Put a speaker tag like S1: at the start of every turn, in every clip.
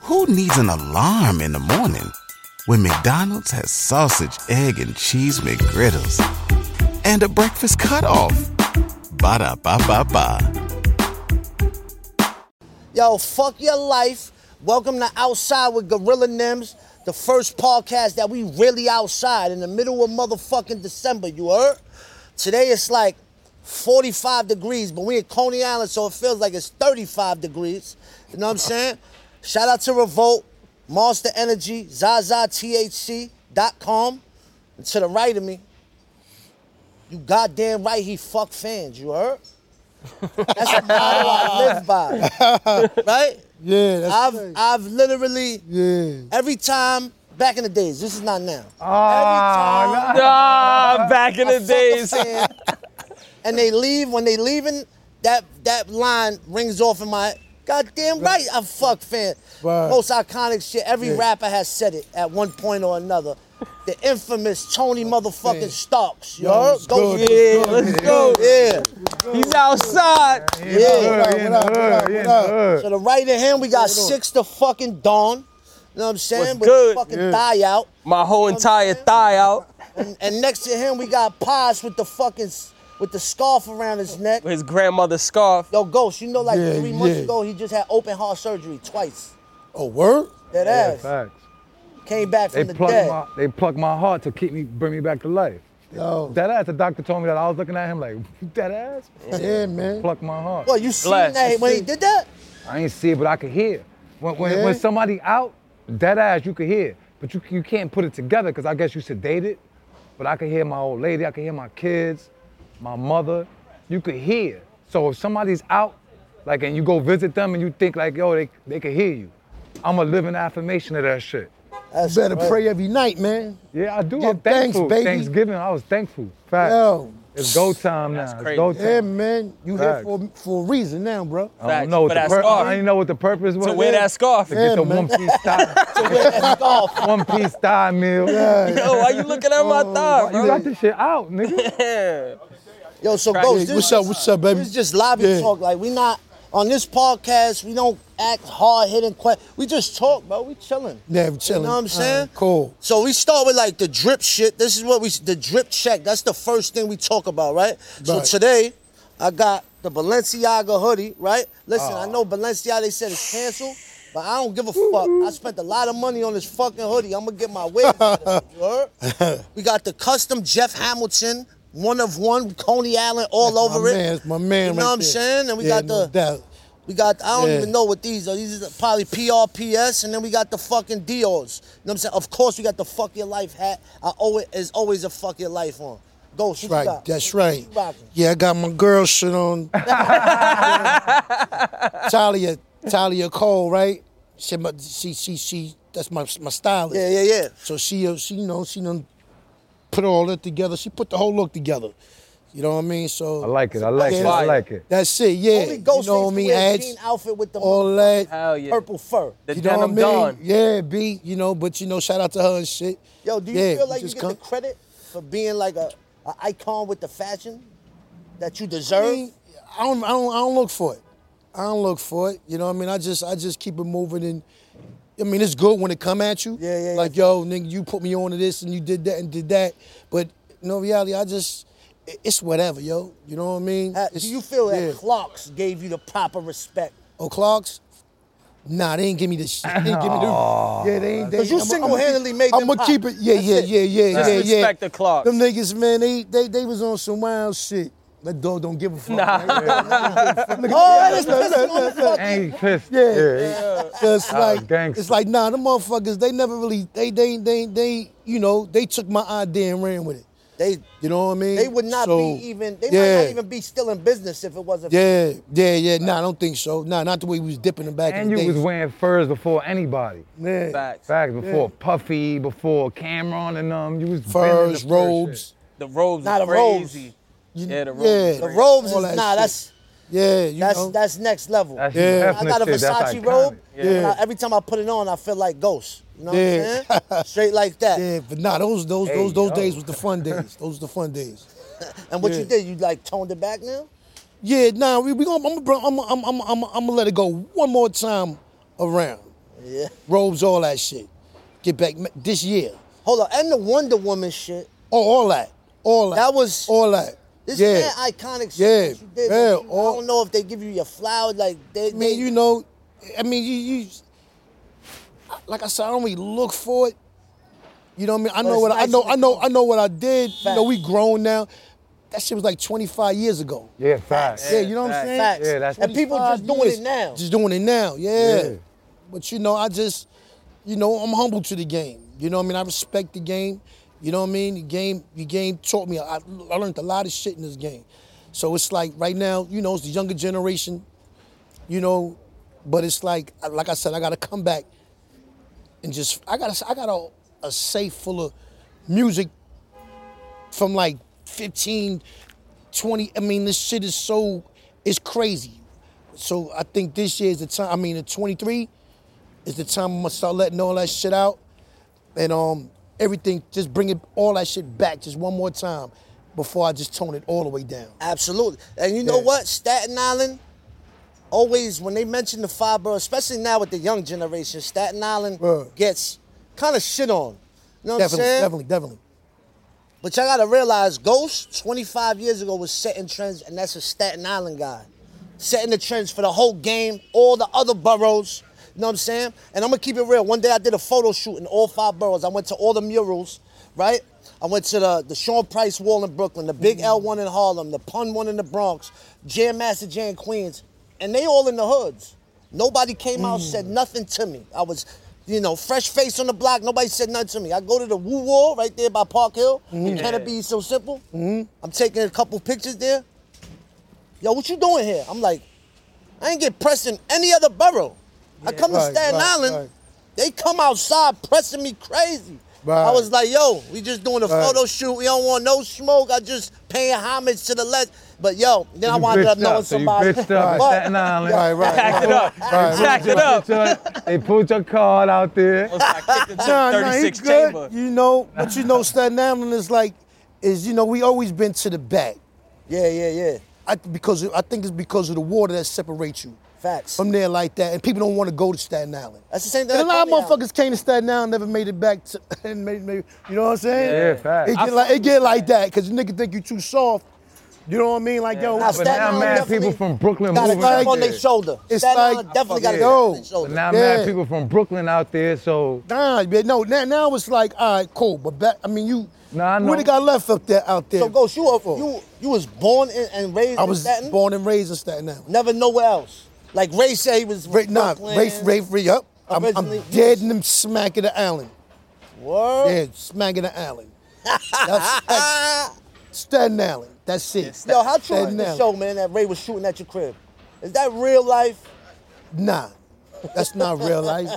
S1: Who needs an alarm in the morning when McDonald's has sausage, egg, and cheese McGriddles and a breakfast cutoff? Ba da ba ba ba.
S2: Yo, fuck your life. Welcome to Outside with Gorilla Nims, the first podcast that we really outside in the middle of motherfucking December, you heard? Today it's like 45 degrees, but we in Coney Island, so it feels like it's 35 degrees. You know what I'm saying? Shout out to Revolt, Monster Energy, ZazaTHC.com. And to the right of me, you goddamn right he fuck fans, you heard? That's a motto I live by right?
S3: Yeah, that's
S2: I've
S3: the thing.
S2: I've literally
S3: yeah.
S2: every time back in the days. This is not now. every time
S4: Ah, back in the
S2: I fuck a
S4: days.
S2: fan, and they leave when they leaving. That that line rings off in my goddamn right. I fuck fan.
S3: Right.
S2: Most iconic shit. Every
S3: Yeah.
S2: rapper has said it at one point or another. The infamous Tony motherfucking
S3: Yeah.
S2: Starks. Yo,
S3: Yo, it's
S2: go
S3: good.
S4: Yeah, let's go.
S2: yeah,
S4: He's outside.
S2: yeah.
S3: What up, what up, what up, what up?
S2: So the right of him, we got six to fucking dawn. You know what I'm saying? With
S4: What's good?
S2: the fucking die out.
S4: My whole entire thigh out.
S2: And, and next to him, we got Paz with the fucking s- with the scarf around his neck.
S4: His grandmother's scarf.
S2: Yo, Ghost, you know, like
S3: Yeah,
S2: three months
S3: yeah.
S2: ago, he just had open heart surgery twice.
S3: Oh, word?
S2: That
S5: Yeah,
S2: ass
S5: facts.
S2: came back
S5: They
S2: from the
S5: plucked
S2: dead.
S5: my they plucked my heart to keep me bring me back to life.
S3: Yo.
S5: That ass, the doctor told me that I was looking at him like that ass.
S3: yeah, man.
S5: Pluck my heart.
S2: Well, you seen
S4: Bless.
S2: that when he did that?
S5: I ain't see it, but I could hear. When when,
S3: Yeah.
S5: when somebody out, that ass you could hear, but you you can't put it together because I guess you sedated. But I could hear my old lady, I could hear my kids, my mother. You could hear. So if somebody's out, like, and you go visit them and you think like, yo, they they could hear you. I'm a living affirmation of that shit.
S2: That's
S3: You better
S2: right.
S3: pray every night, man.
S5: Yeah, I do.
S3: Yeah,
S5: I'm
S3: thanks,
S5: thankful.
S3: baby.
S5: Thanksgiving, I was thankful. Facts.
S3: Yo.
S5: It's go time now.
S4: crazy.
S5: It's go
S3: Yeah,
S5: time.
S3: man. You here
S5: Facts.
S3: for, for a reason now, bro.
S5: I don't
S4: Facts,
S5: know what
S4: but
S5: the
S4: that's
S5: pur-
S4: hard.
S5: I didn't know what the purpose was.
S4: To wear that scarf.
S5: To get the one
S3: man.
S5: piece thigh,
S2: With that scarf.
S5: one piece thigh meal.
S4: Yo, why you looking at my
S3: Oh,
S4: thigh,
S5: You
S4: bro?
S5: got this shit out, nigga.
S2: Yo, so
S4: Crack.
S2: Ghost,
S3: Hey,
S2: this
S3: what's up, what's up, baby?
S2: Oh, It's just lobby
S3: Yeah.
S2: talk. Like we not on this podcast. We don't act hard hitting questions. We just talk, bro. We chilling.
S3: Yeah, we chilling.
S2: You know what I'm saying?
S3: Alright, cool.
S2: So we start with like the drip shit. This is what we the drip check. That's the first thing we talk about, right? So
S3: Right.
S2: today, I got the Balenciaga hoodie, right? Listen, I know Balenciaga. They said it's canceled. But I don't give a fuck. I spent a lot of money on this fucking hoodie. I'm gonna get my wig. out of it, you heard? we got the custom Jeff Hamilton, one of one, Coney Island all over
S3: my
S2: it.
S3: Man, it's my
S2: You
S3: man
S2: know
S3: right
S2: what I'm
S3: there.
S2: saying? And we
S3: Yeah,
S2: got
S3: no
S2: the-
S3: doubt.
S2: We got, I don't
S3: Yeah.
S2: even know what these are. These are probably PRPS, and then we got the fucking Dios. You know what I'm saying? Of course, we got the fuck your life hat. I always, is always a fuck your life on. Ghost, what you
S3: Right,
S2: got?
S3: that's right.
S2: You rocking?
S3: Yeah, I got my girl shit on. Talia, Talia Cole, right? She, my, she, she, she, that's my, my stylist.
S2: Yeah, yeah, yeah.
S3: So she, uh, she, you know, she done put all that together. She put the whole look together. You know what I mean? So
S5: I like it. I like it. I
S4: Fire.
S5: like it.
S3: That's it. Yeah.
S2: Only Ghost
S3: you know
S2: you
S3: what I mean?
S2: wear a
S3: Ads,
S2: jean outfit with the
S3: all that.
S4: Hell yeah.
S2: purple fur.
S4: The
S3: You know
S4: denim
S3: what I mean?
S4: dawn.
S3: Yeah, B. You know, but you know, shout out to her and shit.
S2: Yo, do you
S3: Yeah,
S2: feel like you
S3: just
S2: get
S3: come-
S2: the credit for being like a, a icon with the fashion that you deserve?
S3: I mean, I don't, I don't, I don't look for it. I don't look for it. You know what I mean? I just, I just keep it moving, and I mean, it's good when it come at you.
S2: Yeah, yeah, yeah.
S3: Like, yo, nigga, you put me on to this, and you did that, and did that. But no reality, I just, i- it's whatever, yo. You know what I mean?
S2: Uh,
S3: It's-
S2: do you feel that
S3: yeah.
S2: clocks gave you the proper respect?
S3: O'clocks? Nah, they ain't give me this shit. They ain't give me the. yeah, they ain't.
S2: Because you single-handedly made
S3: I'm
S2: them
S3: gonna
S2: hot.
S3: keep it. Yeah,
S2: That's
S3: yeah,
S2: it.
S3: yeah, yeah,
S4: Just
S3: yeah, yeah.
S4: respect the clocks.
S3: Them niggas, man, they they they was on some wild shit. That dog don't give a fuck. man.
S2: Oh, that is pissing on the fuck.
S5: And he's pissed.
S3: Yeah.
S5: yeah.
S3: So it's like
S5: gangsta.
S3: it's like nah, them motherfuckers. They never really they they they they you know they took my idea and ran with it.
S2: They
S3: You know what I mean?
S2: they would not
S3: So,
S2: be even they
S3: yeah,
S2: might not even be still in business if it wasn't for
S3: Yeah, yeah, yeah. Nah, I don't think so. Nah, not the way we was dipping them back
S5: And
S3: in
S5: you
S3: the
S5: was
S3: day.
S5: wearing furs before anybody.
S3: Man.
S4: Facts.
S5: Facts before Puffy, before Cameron and um, you was been in the
S3: Furs,
S5: fur shit.
S3: robes.
S4: The robes
S2: Not
S4: are
S2: a rose.
S4: crazy.
S3: You-
S4: Yeah, the robes.
S3: yeah.
S2: The robes
S3: All
S2: is
S3: that
S2: nah.
S3: shit.
S2: That's
S3: Yeah, you
S2: that's
S3: know.
S2: that's next level.
S5: That's
S3: Yeah.
S5: yeah.
S2: I got a
S5: shit. That's
S2: Versace
S5: iconic.
S2: robe. and when
S3: Yeah.
S2: I- every time I put it on, I feel like ghost. You know
S3: Yeah.
S2: what I'm saying? Straight like that.
S3: yeah, but nah, those those those
S5: Hey,
S3: those
S5: yo.
S3: days was the fun days. Those was the fun days.
S2: And what you
S3: Yeah.
S2: did, you like toned it back now?
S3: Yeah, nah, we, we gonna I'm gonna I'm I'm I'm I'm gonna let it go one more time around.
S2: Yeah.
S3: robes, all that shit. Get back ma- this year.
S2: Hold on, and the Wonder Woman shit.
S3: Oh, all that, all that.
S2: That was-
S3: all that.
S2: This
S3: yeah.
S2: man iconic shit.
S3: Yeah,
S2: that you did,
S3: yeah,
S2: like, you- I
S3: all-
S2: don't know if they give you your flowers. Like they,
S3: I
S2: they
S3: mean, you know, I mean, you, you, like I said, I don't really look for it. You know what I mean?
S2: But
S3: I know
S2: it's
S3: what I
S2: nice
S3: know.
S2: when it
S3: I know. I know what I did. You know,
S2: Facts.
S3: we grown now. That shit was like 25 years ago.
S5: Yeah, facts.
S3: Yeah, you know what I'm saying?
S2: facts.
S5: Yeah, that's-
S2: and people just
S3: 25
S2: doing
S3: years.
S2: it now.
S3: Just doing it now, yeah.
S5: Yeah.
S3: But you know, I just, you know, I'm humble to the game. You know what I mean? I respect the game. You know what I mean? The game, the game taught me. I, I learned a lot of shit in this game. So it's like right now, you know, it's the younger generation. You know, but it's like, like I said, I got to come back and just, I got, I got a, a safe full of music from like 15, 20. I mean, this shit is so, it's crazy. So I think this year is the time. I mean, the 23 is the time I'm gonna start letting all that shit out, and um, everything. Just bring it all that shit back just one more time before I just tone it all the way down.
S2: Absolutely. And you know
S3: Yeah.
S2: what? Staten Island, always when they mention the five boroughs, especially now with the young generation, Staten Island
S3: Right.
S2: gets kind of shit on. You know what
S3: Definitely,
S2: I'm saying?
S3: definitely, definitely.
S2: But y'all gotta realize Ghost 25 years ago was setting trends, and that's a Staten Island guy. Setting the trends for the whole game, all the other boroughs. You know what I'm saying? And I'm gonna keep it real. One day I did a photo shoot in all five boroughs. I went to all the murals, right? I went to the, the Sean Price wall in Brooklyn, the Big L one in Harlem, the Pun one in the Bronx, Jam Master Jam in Queens, and they all in the hoods. Nobody came out said nothing to me. I was, you know, fresh face on the block. Nobody said nothing to me. I go to the Woo Wall right there by Park Hill. Can it be so simple? I'm taking a couple pictures there. Yo, what you doing here? I'm like, I ain't get pressed in any other borough. I come to
S3: Right,
S2: Staten
S3: right,
S2: Island.
S3: right.
S2: They come outside pressing me crazy. I
S3: Right.
S2: was like, yo, we just doing a
S3: Right.
S2: photo shoot. We don't want no smoke. I just paying homage to the legend. But yo, then I
S5: You
S2: wound up
S5: bitched
S2: knowing
S5: up, so you
S2: somebody.
S5: bitched up in
S2: But-
S5: Staten Island.
S3: Right, right.
S4: Pack
S3: right.
S4: it up.
S3: Right.
S4: Pack it up.
S5: They pulled your card out there.
S4: I kicked it to
S3: Nah,
S4: the
S3: nah, he
S4: 36
S3: good.
S4: chamber.
S3: You know, but you know, Staten Island is like, is you know, we always been to the back.
S2: yeah, yeah, yeah.
S3: I, because I think it's because of the water that separates you
S2: Facts.
S3: from there like that, and people don't want to go to Staten Island.
S2: That's the same thing.
S3: And a lot of
S2: Coney Island.
S3: motherfuckers came to Staten Island, never made it back to, and made, made, you know what I'm saying?
S5: Yeah, facts.
S3: It
S5: I
S3: get like it get like that, cause you nigga think you too soft. You know what I mean? Like yo,
S2: Nah,
S3: it's
S5: But
S2: Staten
S5: now
S2: Island
S5: mad
S2: definitely
S5: people from Brooklyn
S2: Got a
S5: moving
S2: chip
S3: like-
S5: out
S2: on
S5: there.
S2: their shoulder.
S3: It's
S2: Staten
S3: like-
S2: Island definitely got a chip
S5: Yeah.
S2: on their
S5: But
S2: shoulder.
S5: now
S3: Yeah.
S5: mad people from Brooklyn out there. So
S3: nah, but no, now, now it's like all right, cool, but back, I mean you,
S5: Nah, I know.
S3: what they got left up there out there?
S2: So Ghost, you were, you you was born and, and raised
S3: I
S2: in
S3: was
S2: Staten,
S3: born and raised in Staten Island.
S2: never nowhere else. Like Ray said, he was
S3: Ra- nah,
S2: Brooklyn.
S3: Rafe, Rafe, Rafe, up. I'm,
S2: Originally-
S3: I'm dead in them smack of the island.
S2: Word.
S3: Yeah, smack of the island. That's, that's
S2: Ah.
S3: Staten Island. That's it.
S2: Yo, how true is
S3: Staten
S2: the
S3: Island.
S2: show, man? That Ray was shooting at your crib. Is that real life?
S3: Nah, that's not real life.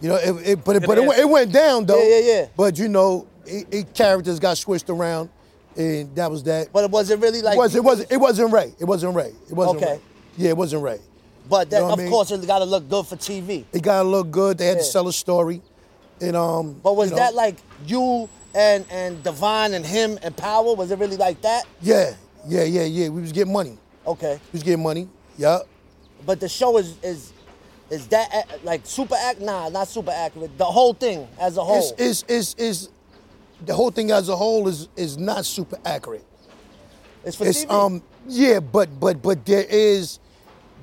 S3: You know, it, it, but it, but it, went- it went down though.
S2: Yeah, yeah, yeah.
S3: But you know, it, it characters got switched around, and that was that.
S2: But was it really like?
S3: it was it wasn't it wasn't Ray. It wasn't Ray. It wasn't
S2: Okay.
S3: Ray. Yeah, it wasn't Ray.
S2: But that,
S3: You know what
S2: of
S3: I mean?
S2: course, it got to look good for TV.
S3: It got to look good. They had to
S2: Yeah.
S3: sell a story, and um.
S2: But was
S3: you know,
S2: that like you and and Divine and him and Power? Was it really like that?
S3: Yeah, yeah, yeah, yeah. We was getting money.
S2: Okay.
S3: We was getting money. Yeah.
S2: But the show is is is that ac- like super act? Nah, not super accurate. The whole thing as a whole.
S3: It's, it's, it's, it's, the whole thing as a whole is is not super accurate.
S2: It's for
S3: it's
S2: TV.
S3: um yeah, but but but there is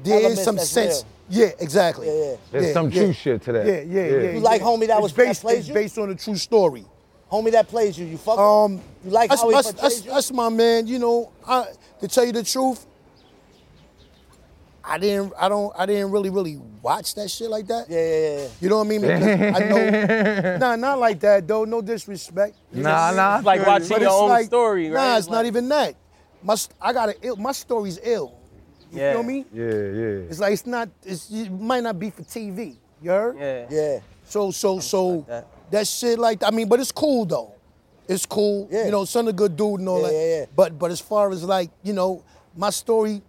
S3: there is
S2: Elements
S3: some
S2: that's
S3: sense.
S2: real.
S3: Yeah, exactly.
S2: Yeah, yeah.
S5: There's some true shit to that.
S3: Yeah, yeah,
S5: Yeah.
S3: yeah.
S5: You
S2: like homie that
S3: It's
S2: was- that
S3: based,
S2: plays
S3: it's
S2: you?
S3: based on a true story.
S2: homie that plays you. You fuck.
S3: Um,
S2: you like
S3: that's,
S2: how he
S3: that's,
S2: portrays
S3: that's,
S2: you?
S3: that's my man. You know, I, to tell you the truth, I didn't, I don't, I didn't really, really watch that shit like that.
S2: yeah, yeah, yeah, yeah.
S3: You know what I mean? Because I know, nah, not like that though. No disrespect. You know what I
S5: Nah,
S3: mean?
S5: nah. I
S4: It's like
S5: feel you.
S4: watching
S3: But
S4: your
S3: it's
S4: own
S3: like-
S4: story, right?
S3: Nah, it's
S4: Like-
S3: not even that. My, st- I got an ill. My story's ill. You
S4: Yeah.
S3: feel me?
S5: Yeah, yeah.
S3: It's like it's not. It's, it might not be for TV. You heard?
S4: Yeah.
S2: Yeah.
S3: So so so
S4: that.
S3: that. shit like I mean, but it's cool though. It's cool.
S2: Yeah.
S3: You know, son a good dude and all
S2: Yeah,
S3: that.
S2: yeah, yeah.
S3: But but as far as like you know, my story.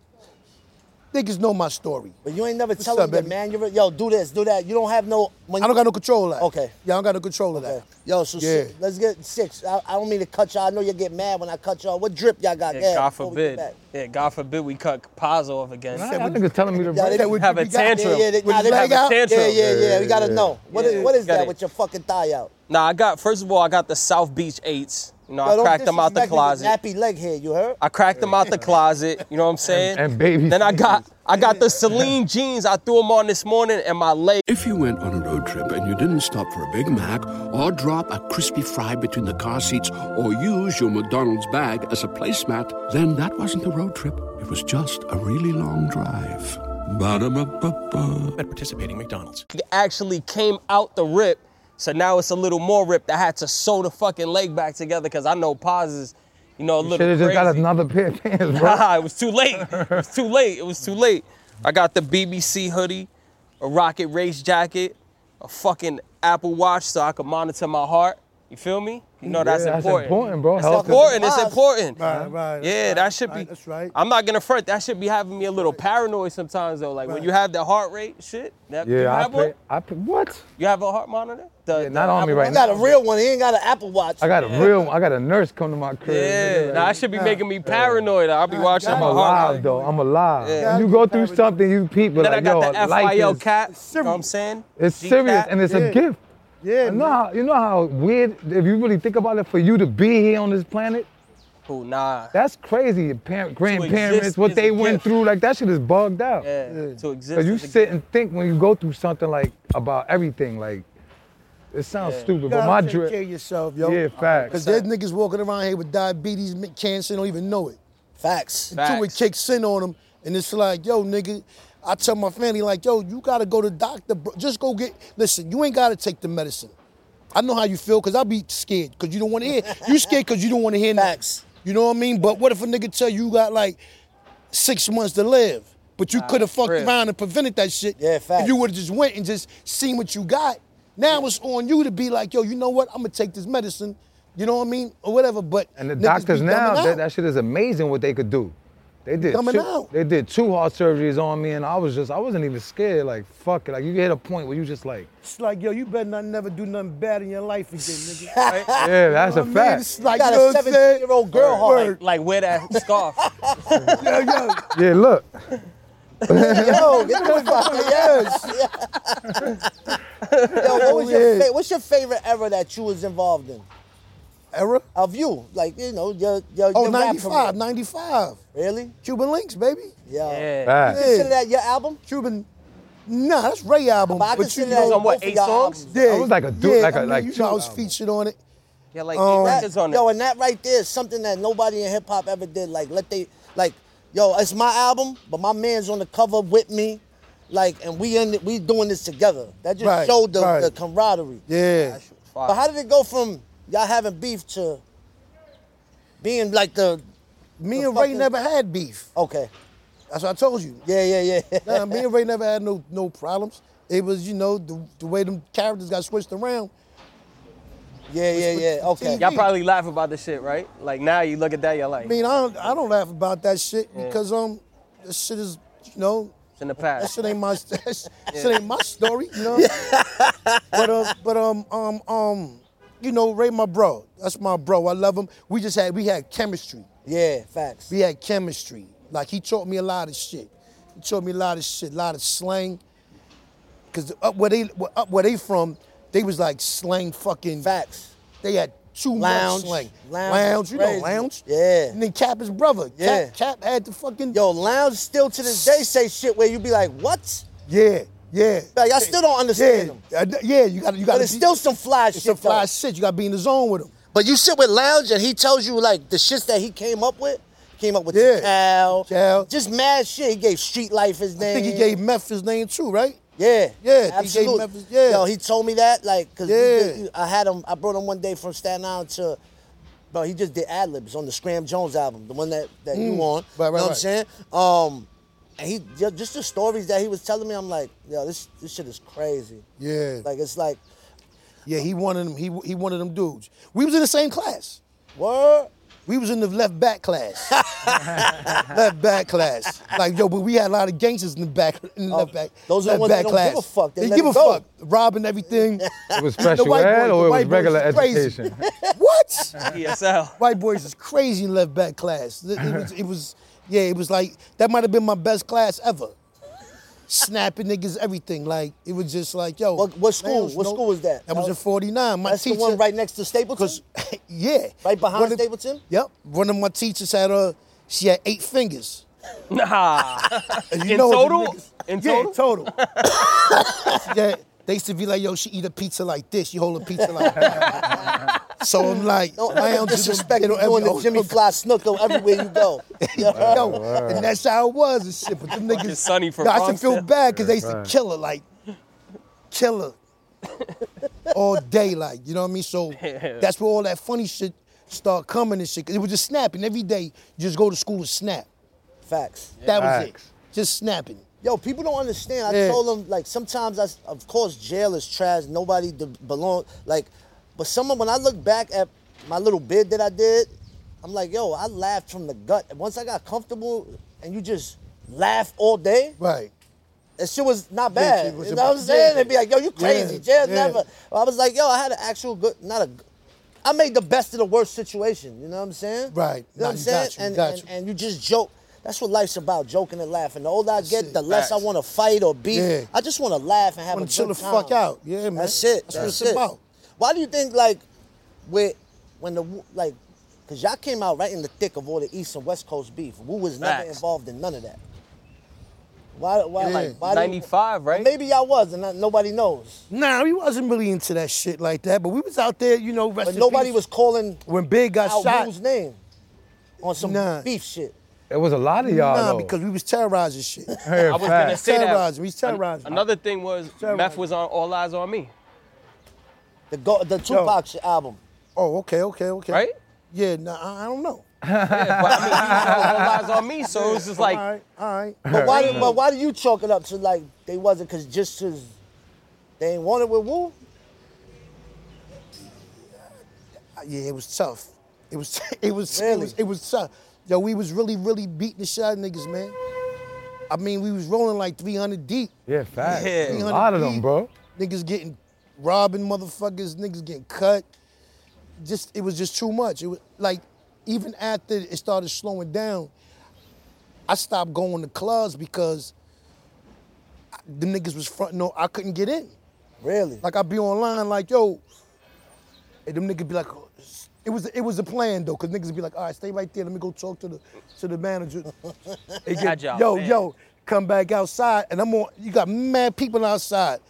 S3: Niggas know my story.
S2: But you ain't never
S3: What's
S2: telling
S3: up,
S2: me that,
S3: baby?
S2: man. You're, yo, do this, do that. You don't have no. When
S3: I don't got no control of that.
S2: Okay.
S3: Yeah, I don't got no control of
S2: Okay.
S3: that.
S2: Yo, so
S3: Yeah.
S2: six, let's get six. I, I don't mean to cut y'all. I know you get mad when I cut y'all. What drip y'all got?
S4: Yeah,
S2: Yeah,
S4: God
S2: before we get
S4: forbid.
S2: back.
S4: Yeah, God forbid we cut Paz off again.
S5: Nah, that nigga's telling me to
S2: Yeah,
S5: break.
S2: they
S5: it.
S2: would-
S4: have a
S3: you got- yeah,
S4: tantrum.
S2: Yeah, yeah, they,
S3: With
S2: nah,
S3: his
S2: they
S3: leg
S2: got-
S3: out?
S2: Yeah,
S4: Tantrum.
S2: yeah, yeah. We gotta know. What is
S4: Yeah.
S2: what is
S4: Got
S2: that
S4: it.
S2: with your fucking thigh out?
S4: Nah, I got first of all, I got the South Beach eights. You know, I
S2: Yo, don't
S4: cracked them out the
S2: disrespect me with
S4: closet.
S2: Nappy leg hair, you heard?
S4: I cracked them out the closet. You know what I'm saying?
S5: and baby
S4: Then I got I got the Celine jeans. I threw them on this morning, and my leg
S1: If you went on a road trip and you didn't stop for a Big Mac or drop a crispy fry between the car seats or use your McDonald's bag as a placemat, then that wasn't a road trip. It was just a really long drive. Ba-da-ba-ba-ba.
S6: at participating McDonald's.
S4: actually came out the rip. So now it's a little more ripped. I had to sew the fucking leg back together because I know Paz is, you know, a
S5: Should
S4: little
S5: have just got
S4: crazy.
S5: another pair of pants, bro.
S4: Haha, it was too late. It was too late. It was too late. I got the BBC hoodie, a Rocket Race jacket, a fucking Apple Watch so I could monitor my heart. You feel me? You know that's,
S5: Yeah, that's
S4: important.
S5: important, bro.
S4: That's
S5: Health is-
S4: important. It's
S2: Paz.
S4: important.
S3: Right, right,
S4: yeah,
S3: right,
S4: that should be.
S3: right, that's right.
S4: I'm not gonna front. That should be having me a little paranoid sometimes though. Like when
S3: Right.
S4: you have the heart rate shit. That, you
S5: Yeah, I
S4: have one?
S5: play, I play, what?
S4: You have a heart monitor? The-
S5: Yeah, not on
S4: Apple
S5: me right
S2: You
S4: Watch?
S2: got a real one. He ain't got an Apple Watch.
S5: I got a real one. I got a nurse come to my crib.
S4: Yeah,
S5: nigga,
S4: nah,
S5: like,
S4: I should be making me paranoid. I'll be watching
S5: I'm
S4: my heart.
S5: alive
S4: rate.
S5: though. I'm alive.
S4: Yeah.
S5: When you go through something, you people
S4: Then I
S5: like, yo,
S4: got the
S5: life
S4: FYO
S5: is,
S4: cap. You know what I'm saying?
S5: It's
S4: G
S5: serious
S4: cap.
S5: and it's
S3: Yeah.
S5: a gift.
S3: Yeah.
S5: You know how you know how weird if you really think about it for you to be here on this planet.
S4: Ooh, nah.
S5: That's crazy. Your parent, grandparents,
S4: exist
S5: what
S4: is
S5: they
S4: a
S5: went
S4: gift.
S5: through, like that shit is bugged out.
S4: Yeah, to exist
S5: So you
S4: is a
S5: sit and think when you go through something like about everything. Like it sounds stupid, but
S3: Gotta
S5: my
S3: take care
S5: drip.
S3: of yourself, yo.
S5: Yeah,
S3: Because
S5: facts.
S3: there's niggas walking around here with diabetes, m- cancer, and don't even know it.
S2: Facts.
S3: Until it
S4: Facts.
S3: kicks in on them, and it's like, yo, nigga, I tell my family, like, yo, you gotta go to the doctor, bro. Just go get, listen, you ain't gotta take the medicine. I know how you feel, because I be scared, because you don't wanna hear. You scared because you don't wanna hear nothing.
S2: Facts.
S3: You know what I mean? But what if a nigga tell you you got like six months to live, but you could have fucked
S4: real.
S3: around and prevented that shit?
S2: Yeah,
S3: If
S2: facts.
S3: you would have just went and just seen what you got. Now it's on you to be like, yo, you know what? I'm gonna take this medicine. You know what I mean? Or whatever. But
S5: And the
S3: niggas be
S5: doctors now,
S3: dumbing
S5: that,
S3: out.
S5: that shit is amazing what they could do. They did
S3: Coming
S5: two,
S3: out.
S5: they did two heart surgeries on me, and I was just I wasn't even scared. Like fuck it, like you hit a point where you just like,
S3: It's like, yo, you better not never do nothing bad in your life again, nigga.
S5: yeah, that's a
S3: Man, it's
S5: fact.
S3: like,
S2: You got
S3: you know
S2: a
S3: what I'm saying?
S2: 17 year old girl heart.
S3: Word.
S4: Like wear that scarf.
S3: Yo, yo,
S5: Yeah, look,
S2: Yo, get the fuck yes. Yo, what was your
S3: Yeah.
S2: fa- what's your favorite era that you was involved in?
S3: Era?
S2: Of you, like you know, your your,
S3: Oh,
S2: your rap
S3: 95,
S2: career.
S3: 95.
S2: Really?
S3: Cuban Links, baby.
S2: Yo. Yeah.
S4: yeah.
S5: fact.
S3: Yeah.
S2: Consider that your album?
S3: Cuban. Nah, that's Ray album.
S2: But I
S3: but you
S2: consider that
S3: know,
S4: on what,
S2: both of
S4: eight
S2: y'all
S4: songs?
S2: albums.
S3: Yeah,
S5: It was like a du-
S3: yeah,
S5: like a-
S3: I mean,
S5: like
S3: you know, I
S5: two
S3: was
S5: albums.
S3: featured on it.
S4: Yeah, like
S3: Um,
S4: eight
S2: That-
S4: records on
S2: yo,
S4: it.
S2: and that right there is something that nobody in hip hop ever did. Like, let they like, yo, it's my album, but my man's on the cover with me, like, and we in it, we doing this together. That just
S3: Right,
S2: showed the,
S3: right.
S2: the camaraderie.
S3: Yeah.
S4: Fire.
S2: But how did it go from y'all having beef to being like the
S3: Me
S2: The
S3: and Ray
S2: fucking-
S3: never had beef.
S2: okay?
S3: That's what I told you.
S2: Yeah, yeah, yeah.
S3: Nah, me and Ray never had no no problems. It was, you know, the, the way them characters got switched around.
S2: Yeah, yeah, yeah. Okay.
S4: Y'all probably laugh about this shit, right? Like now you look at that, you're like,
S3: I mean, I don't, I don't laugh about that shit because um, that shit is, you know,
S4: it's in the
S3: that
S4: past.
S3: shit ain't my, that shit ain't my story, you know. but um, but um, um, um, you know, Ray, my bro, that's my bro. I love him. We just had, we had chemistry.
S2: Yeah, facts.
S3: We had chemistry. Like he taught me a lot of shit. He taught me a lot of shit, a lot of slang. Cause up where they where- up where they from, they was like slang fucking.
S2: Facts.
S3: They had too
S2: Lounge.
S3: much slang.
S2: Lounge is
S3: you
S2: crazy.
S3: know, lounge.
S2: Yeah.
S3: And then Cap his brother.
S2: Yeah.
S3: Cap, Cap had the fucking.
S2: Yo, Lounge still to this day say shit where you be like, what?
S3: Yeah, yeah.
S2: Like, I still don't understand
S3: Yeah,
S2: them.
S3: I- yeah, you got to you got
S2: But it's still some fly shit.
S3: some fly
S2: though.
S3: shit. You got to be in the zone with him.
S2: But you sit with Lounge and he tells you like the shits that he came up with. Came up with
S3: Yeah.
S2: the cow,
S3: Cow.
S2: just mad shit. He gave Street Life his
S3: I
S2: name.
S3: think he gave Meth his name too, right?
S2: Yeah.
S3: Yeah, he gave
S2: absolutely.
S3: Memphis- yeah.
S2: Yo, he told me that, like, cause he
S3: Yeah.
S2: did- I had him, I brought him one day from Staten Island to, bro, he just did ad libs on the Scram Jones album, the one that, that you on.
S3: Mm. Right, right,
S2: you know what I'm
S3: right.
S2: saying? Um, and he, ju- just the stories that he was telling me, I'm like, yo, this, this shit is crazy.
S3: Yeah.
S2: Like, it's like,
S3: Yeah, he wanted them. He he wanted them dudes. We was in the same class.
S2: word?
S3: We was in the left back class. left back class. Like, yo, but we had a lot of gangsters in the back, in the left back.
S2: Oh, those are the
S3: left
S2: ones
S3: back
S2: that don't
S3: class.
S2: give a fuck. They
S3: They,
S2: let
S3: give
S2: it
S3: a
S2: go.
S3: fuck. Robbing everything.
S5: It was
S3: The
S5: special
S3: white
S5: ed
S3: boys-
S5: or
S3: the
S5: it
S3: white
S5: was
S3: boys
S5: regular
S3: is crazy.
S5: education?
S3: what?
S4: ESL.
S3: White boys is crazy in left back class. It it was, it was, yeah, it was like that might have been my best class ever. Snapping niggas, everything. Like it was just like, yo.
S2: What- what
S3: man,
S2: school-
S3: was
S2: what school was that?
S3: That was in '49. My
S2: That's
S3: teacher,
S2: the one right next to Stapleton.
S3: yeah,
S2: Right behind
S3: One of-
S2: Stapleton?
S3: Yep. One of my teachers had a. She had eight fingers.
S4: Nah.
S3: And
S4: In
S3: what the
S4: total?
S3: niggas-
S4: In
S3: yeah,
S4: total?
S3: yeah, they used to be like, yo, she eat a pizza like this, she hold a pizza like that. so I'm like,
S2: Don't
S3: I
S2: ever
S3: am just
S2: disrespect me doing the Jimmy Fly snooker everywhere you go.
S3: Yo, and that's how it was and shit. But them niggas,
S4: Sonny from
S3: yo, I should feel
S4: Bronxville.
S3: bad because they used to kill her, like, kill her all day, like, you know what I mean? So that's where all that funny shit start coming and shit. 'Cause it was just snapping every day. You just go to school and snap.
S2: Facts.
S3: That was
S5: Facts.
S3: it. Just snapping.
S2: Yo, people don't understand. I
S3: Yeah.
S2: told them like sometimes I, s- of course, jail is trash. Nobody de- belong like, but someone when I look back at my little bid that I did, I'm like, yo, I laughed from the gut. Once I got comfortable, and you just laugh all day,
S3: Right.
S2: that shit was not
S3: Yeah,
S2: bad.
S3: it was
S2: you know what I'm
S3: about-
S2: saying?
S3: yeah.
S2: They'd be like, yo, you crazy.
S3: Yeah,
S2: Jail
S3: yeah.
S2: never. I was like, yo, I had an actual good, not a. I made the best of the worst situation. You know what I'm saying?
S3: Right.
S2: You know
S3: Nah,
S2: what I'm
S3: you
S2: saying?
S3: got you,
S2: and,
S3: got
S2: and,
S3: you.
S2: and you just joke. That's what life's about, joking and laughing. The older I get,
S3: it.
S2: the less I
S4: Facts.
S2: want to fight or beef.
S3: Yeah.
S2: I just want to laugh and have
S3: Wanna
S2: a
S3: chill
S2: good
S3: the fuck
S2: time.
S3: out. Yeah, man.
S2: That's it. That's,
S3: That's what it's
S2: it.
S3: about.
S2: Why do you think like with when the Wu- like because y'all came out right in the thick of all the East and West Coast beef. Wu was never
S4: Facts.
S2: involved in none of that. Why? Why?
S3: Yeah.
S2: Like why do you-
S4: 95,
S2: or
S4: right?
S2: Maybe y'all was, and not, nobody knows.
S3: Nah, we wasn't really into that shit like that, but we was out there, you know, rest
S2: But
S3: in
S2: nobody
S3: peace.
S2: was calling
S3: when Big got
S2: out
S3: shot.
S2: Wu's name on some
S3: Nah.
S2: beef shit.
S5: It was a lot of y'all
S3: nah,
S5: though.
S3: because we was terrorizing shit.
S5: Hey,
S4: I was
S5: facts.
S4: gonna say that.
S3: Terrorizing, he's terrorizing.
S4: Another thing was meth
S3: Terrorizing.
S4: was on all eyes on me,
S2: The go, the Tupac shit album.
S3: oh, okay, okay, okay.
S4: right?
S3: Yeah, nah, I, I don't know.
S4: Yeah, but I mean, he was on all eyes on me, so it was just like
S3: all right, all right.
S2: But why? do- But why do you chalk it up to like they wasn't? Cause just as they ain't wanted with Wu.
S3: yeah, it was tough. It was, it was, it
S2: Really?
S3: was, it was tough. Yo, we was really, really beating the shit out of niggas, man. I mean, we was rolling like 300 deep.
S5: yeah, facts.
S4: Yeah.
S5: A lot of them,
S3: 300
S5: bro.
S3: Niggas getting robbing motherfuckers, niggas getting cut. Just it was just too much. It was like even after it started slowing down, I stopped going to clubs because I- the niggas was front no, I couldn't get in.
S2: Really?
S3: Like I'd be online like, yo, and them niggas be like, oh, s- it was it was a plan though, cause niggas be like, all right, stay right there, let me go talk to the to the manager. They get-
S4: Agile,
S3: yo,
S4: man.
S3: yo, come back outside, and I'm on. You got mad people outside,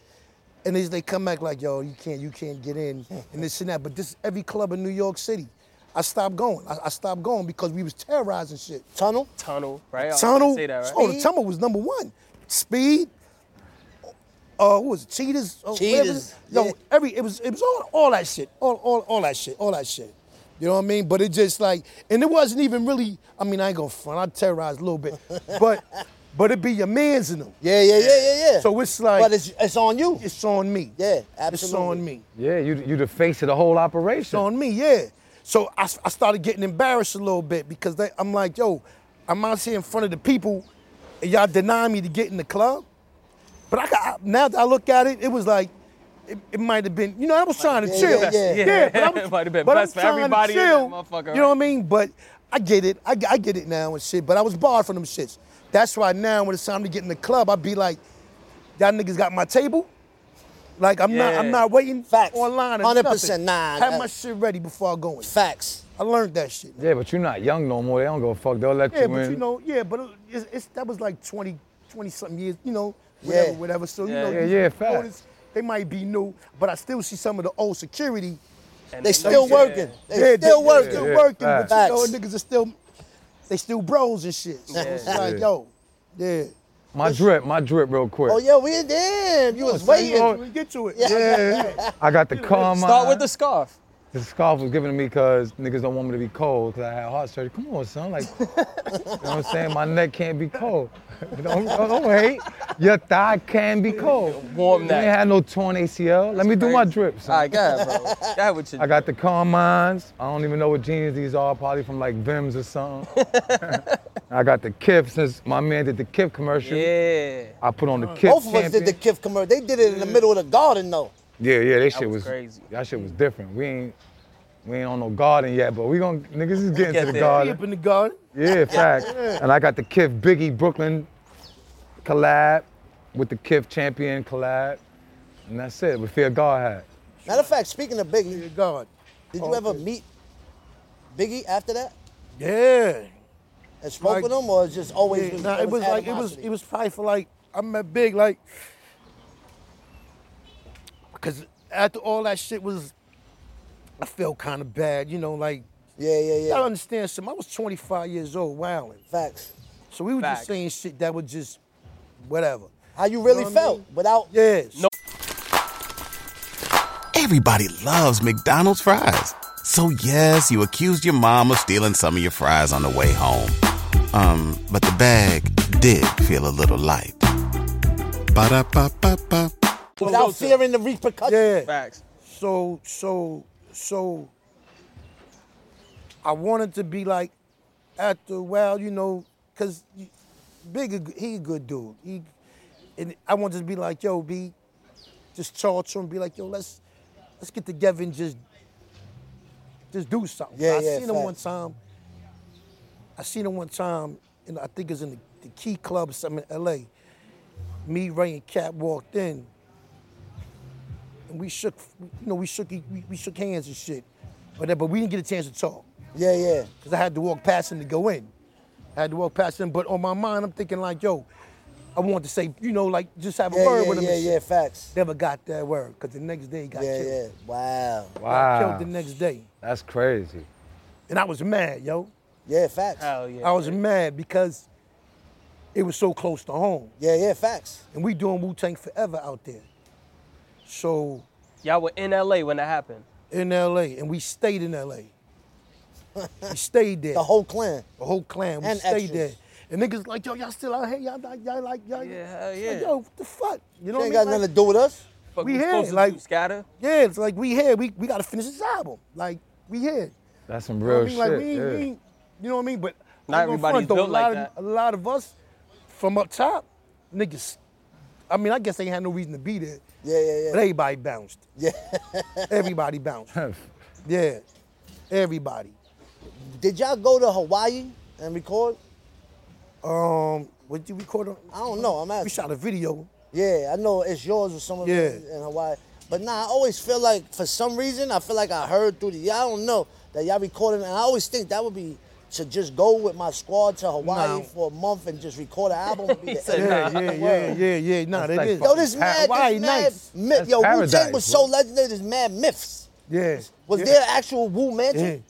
S3: and as they come back like, yo, you can't you can't get in, and this and that. But this is every club in New York City. I stopped going. I, I stopped going because we was terrorizing shit.
S2: Tunnel.
S4: tunnel, right? I was gonna
S3: Tunnel.
S4: Say that, right?
S3: Oh, the tunnel was number one. Speed. Uh, what was it? Cheetahs. uh, whatever.
S2: Cheetahs,
S3: Yo,
S2: yeah.
S3: every it was it was all all that shit. All all all that shit. All that shit. You know what I mean? But it just like, and it wasn't even really. I mean, I ain't gonna front. I terrorized a little bit, but but it be your man's in them.
S2: Yeah, yeah, yeah, yeah, yeah.
S3: So it's like
S2: but it's it's on you.
S3: it's on me.
S2: Yeah,
S3: It's
S2: absolutely.
S3: on me.
S5: Yeah, you you the face of the whole
S3: It's
S5: operation.
S3: on me, yeah. So I, I started getting embarrassed a little bit because they, I'm like, yo, I'm out here in front of the people, and y'all deny me to get in the club. But I got now that I look at it, it was like, it, it might have been, you know, I was trying to
S2: Yeah,
S3: chill.
S2: yeah, yeah.
S3: but I was-
S4: It might have been
S3: but
S4: best for
S3: I'm trying to
S4: everybody in that
S3: chill,
S4: motherfucker,
S3: You
S4: right?
S3: know what I mean? But I get it. I, I get it now and shit. But I was barred from them shits. That's why now when it's time to get in the club, I'd be like, y'all niggas got my table. Like I'm not,
S4: Yeah.
S3: I'm not waiting
S2: Facts.
S3: online. or
S2: 100%,
S3: nothing.
S2: nah,
S3: Have
S2: that-
S3: my shit ready before I go in.
S2: Facts.
S3: I learned that shit.
S5: Yeah, but you're not young no more. They don't go fuck. They'll let
S3: Yeah,
S5: you
S3: but
S5: in.
S3: you know, yeah, but it's, it's that was like 20, 20 something years, you know, whatever,
S2: Yeah.
S3: whatever. So
S4: Yeah.
S3: you know,
S5: Yeah,
S3: these
S5: yeah,
S3: people
S5: facts.
S3: notice they might be new, but I still see some of the old security.
S4: And
S2: They
S4: then-
S2: still
S4: Yeah.
S2: working. They
S3: yeah,
S2: still
S3: they-
S2: working.
S3: still
S5: yeah,
S3: working,
S5: facts.
S3: but you know,
S2: Facts.
S3: niggas are still, they still bros and shit. So it's
S4: Yeah.
S3: like,
S5: Yeah.
S3: yo, yeah.
S5: my drip, my drip, real quick.
S2: Oh yeah, we damn. You was
S5: so you
S3: oh,
S2: waiting.
S5: all-
S3: We get to it.
S5: yeah. I got the karma.
S4: Start with the scarf.
S5: The scarf was given to me because niggas don't want me to be cold because I had heart surgery. Come on, son. Like, you know what I'm saying? My neck can't be cold. don't, don't hate. Your thigh can be cold.
S4: Warm
S5: You
S4: neck.
S5: ain't had no torn ACL. Let me do my
S4: crazy.
S5: drips.
S4: All right, go ahead, bro. Go ahead with your
S5: I got the Carmines. I don't even know what jeans these are, probably from like Vims or something. I got the Kif since my man did the Kif commercial.
S4: Yeah.
S5: I put on the Kif.
S2: Both of us did the
S5: champion.
S2: Kif commercial. They did it in the middle of the garden though.
S5: Yeah, yeah, that shit
S4: was
S5: was
S4: crazy.
S5: That shit was different. We ain't we ain't on no garden yet, but we gon' niggas is getting
S4: get
S5: to
S4: there.
S5: the
S3: We
S5: garden.
S3: up in the garden.
S5: Yeah, fact. And I got the Kif Biggie Brooklyn collab with the Kif champion collab. And that's it, with Fear God hat.
S2: Matter of fact, speaking of
S3: In the
S2: Biggie,
S3: garden. Oh,
S2: did you ever meet Biggie after that
S3: Yeah.
S2: and spoke
S3: Like-
S2: with him, or it's just always
S3: yeah.
S2: been-
S3: Nah, it was like it was
S2: animosity?
S3: it was probably for like I met Big like because after all that shit was, I felt kind of bad, you know, like.
S2: yeah, yeah,
S3: I
S2: yeah.
S3: understand something. I was 25 years old, wilding.
S2: Facts.
S3: So we were
S4: Facts.
S3: just saying shit that was just whatever.
S2: How you really
S3: know what I
S2: felt
S3: mean?
S2: without
S3: Yeah. No.
S1: Everybody loves McDonald's fries. So yes, you accused your mom of stealing some of your fries on the way home. Um, but the bag did feel a little light. Ba-da-ba-ba-ba.
S2: without fearing the repercussions?
S3: Yeah.
S4: Facts.
S3: So so so I wanted to be like after a while, you know, cause you- Big a g- he a good dude. He and I wanted to be like, yo, B, just talk to him, be like, yo, let's let's get together and just just do something.
S2: Yeah,
S3: I
S2: yeah,
S3: seen him one
S2: facts.
S3: time. I seen him one time, and I think it was in the, the Key Club or something in LA. Me, Ray, and Cat walked in and we shook, you know, we shook, e, we, we shook hands and shit, but that- but we didn't get a chance to talk
S2: yeah, yeah.
S3: because I had to walk past him to go in. I had to walk past him, but on my mind, I'm thinking like, yo, I wanted to say, you know, like just have a
S2: Yeah,
S3: word
S2: yeah,
S3: with him.
S2: yeah,
S3: and shit.
S2: yeah, facts.
S3: Never got that word because the next day he got
S2: Yeah,
S3: killed.
S2: yeah. Wow.
S3: Got
S5: Wow.
S3: killed the next day,
S5: That's crazy.
S3: and I was mad, yo.
S2: Yeah, facts.
S4: Hell yeah.
S3: I was mad because it was so close to home,
S2: Yeah, yeah, facts.
S3: and we doing Wu Tang forever out there. So
S4: Y'all were in LA when that happened.
S3: in L.A. and we stayed in L.A. we stayed there.
S2: The whole clan.
S3: The whole clan. We
S2: And
S3: stayed
S2: extras.
S3: there. And niggas like, yo, y'all still out here? Y'all, like- y'all like, y'all,
S4: Yeah, hell
S3: It's
S4: yeah.
S3: Like, yo, what the fuck? You know
S2: You ain't
S3: what I
S2: got nothing
S3: mean? Like,
S2: to do with us.
S4: Fuck,
S3: We
S4: we
S3: here,
S4: supposed to
S3: like-
S4: do scatter.
S3: yeah, it's like we here. We, we got to finish this album. Like we here.
S5: That's some
S3: You know
S5: real
S3: what I mean? Like
S5: shit.
S3: we, ain't- we
S5: yeah.
S3: ain't- you know what I mean? But
S4: Not
S3: I'm gonna
S4: everybody's
S3: front, though,
S4: built
S3: a
S4: like
S3: lot
S4: that.
S3: Of, a lot of us from up top, niggas. I mean, I guess they had no reason to be there.
S2: Yeah, yeah, yeah.
S3: But everybody bounced. Yeah. everybody bounced. Yeah. Everybody.
S2: Did y'all go to Hawaii and record?
S3: Um, what did you record on?
S2: I don't know. I'm
S3: We
S2: asking.
S3: shot a video.
S2: Yeah, I know it's yours with someone
S3: Yeah.
S2: in Hawaii. But nah, I always feel like for some reason I feel like I heard through the y'all don't know that y'all recording and I always think that would be to just go with my squad to Hawaii
S3: Nah.
S2: for a month and just record an album. would be the
S4: said
S2: end
S4: nah.
S2: of the
S3: yeah,
S2: world.
S3: yeah, yeah, yeah. Nah, that
S5: like
S3: is.
S5: fucking
S2: Yo, this mad,
S3: Hawaii
S2: this mad,
S3: nice.
S2: myth,
S5: That's
S2: yo, Wu Tang
S5: paradise,
S2: was
S5: bro.
S2: so legendary. There's mad myths.
S3: Yeah.
S2: Was
S3: yeah.
S2: there actual Wu
S3: Yeah.
S2: Mansion?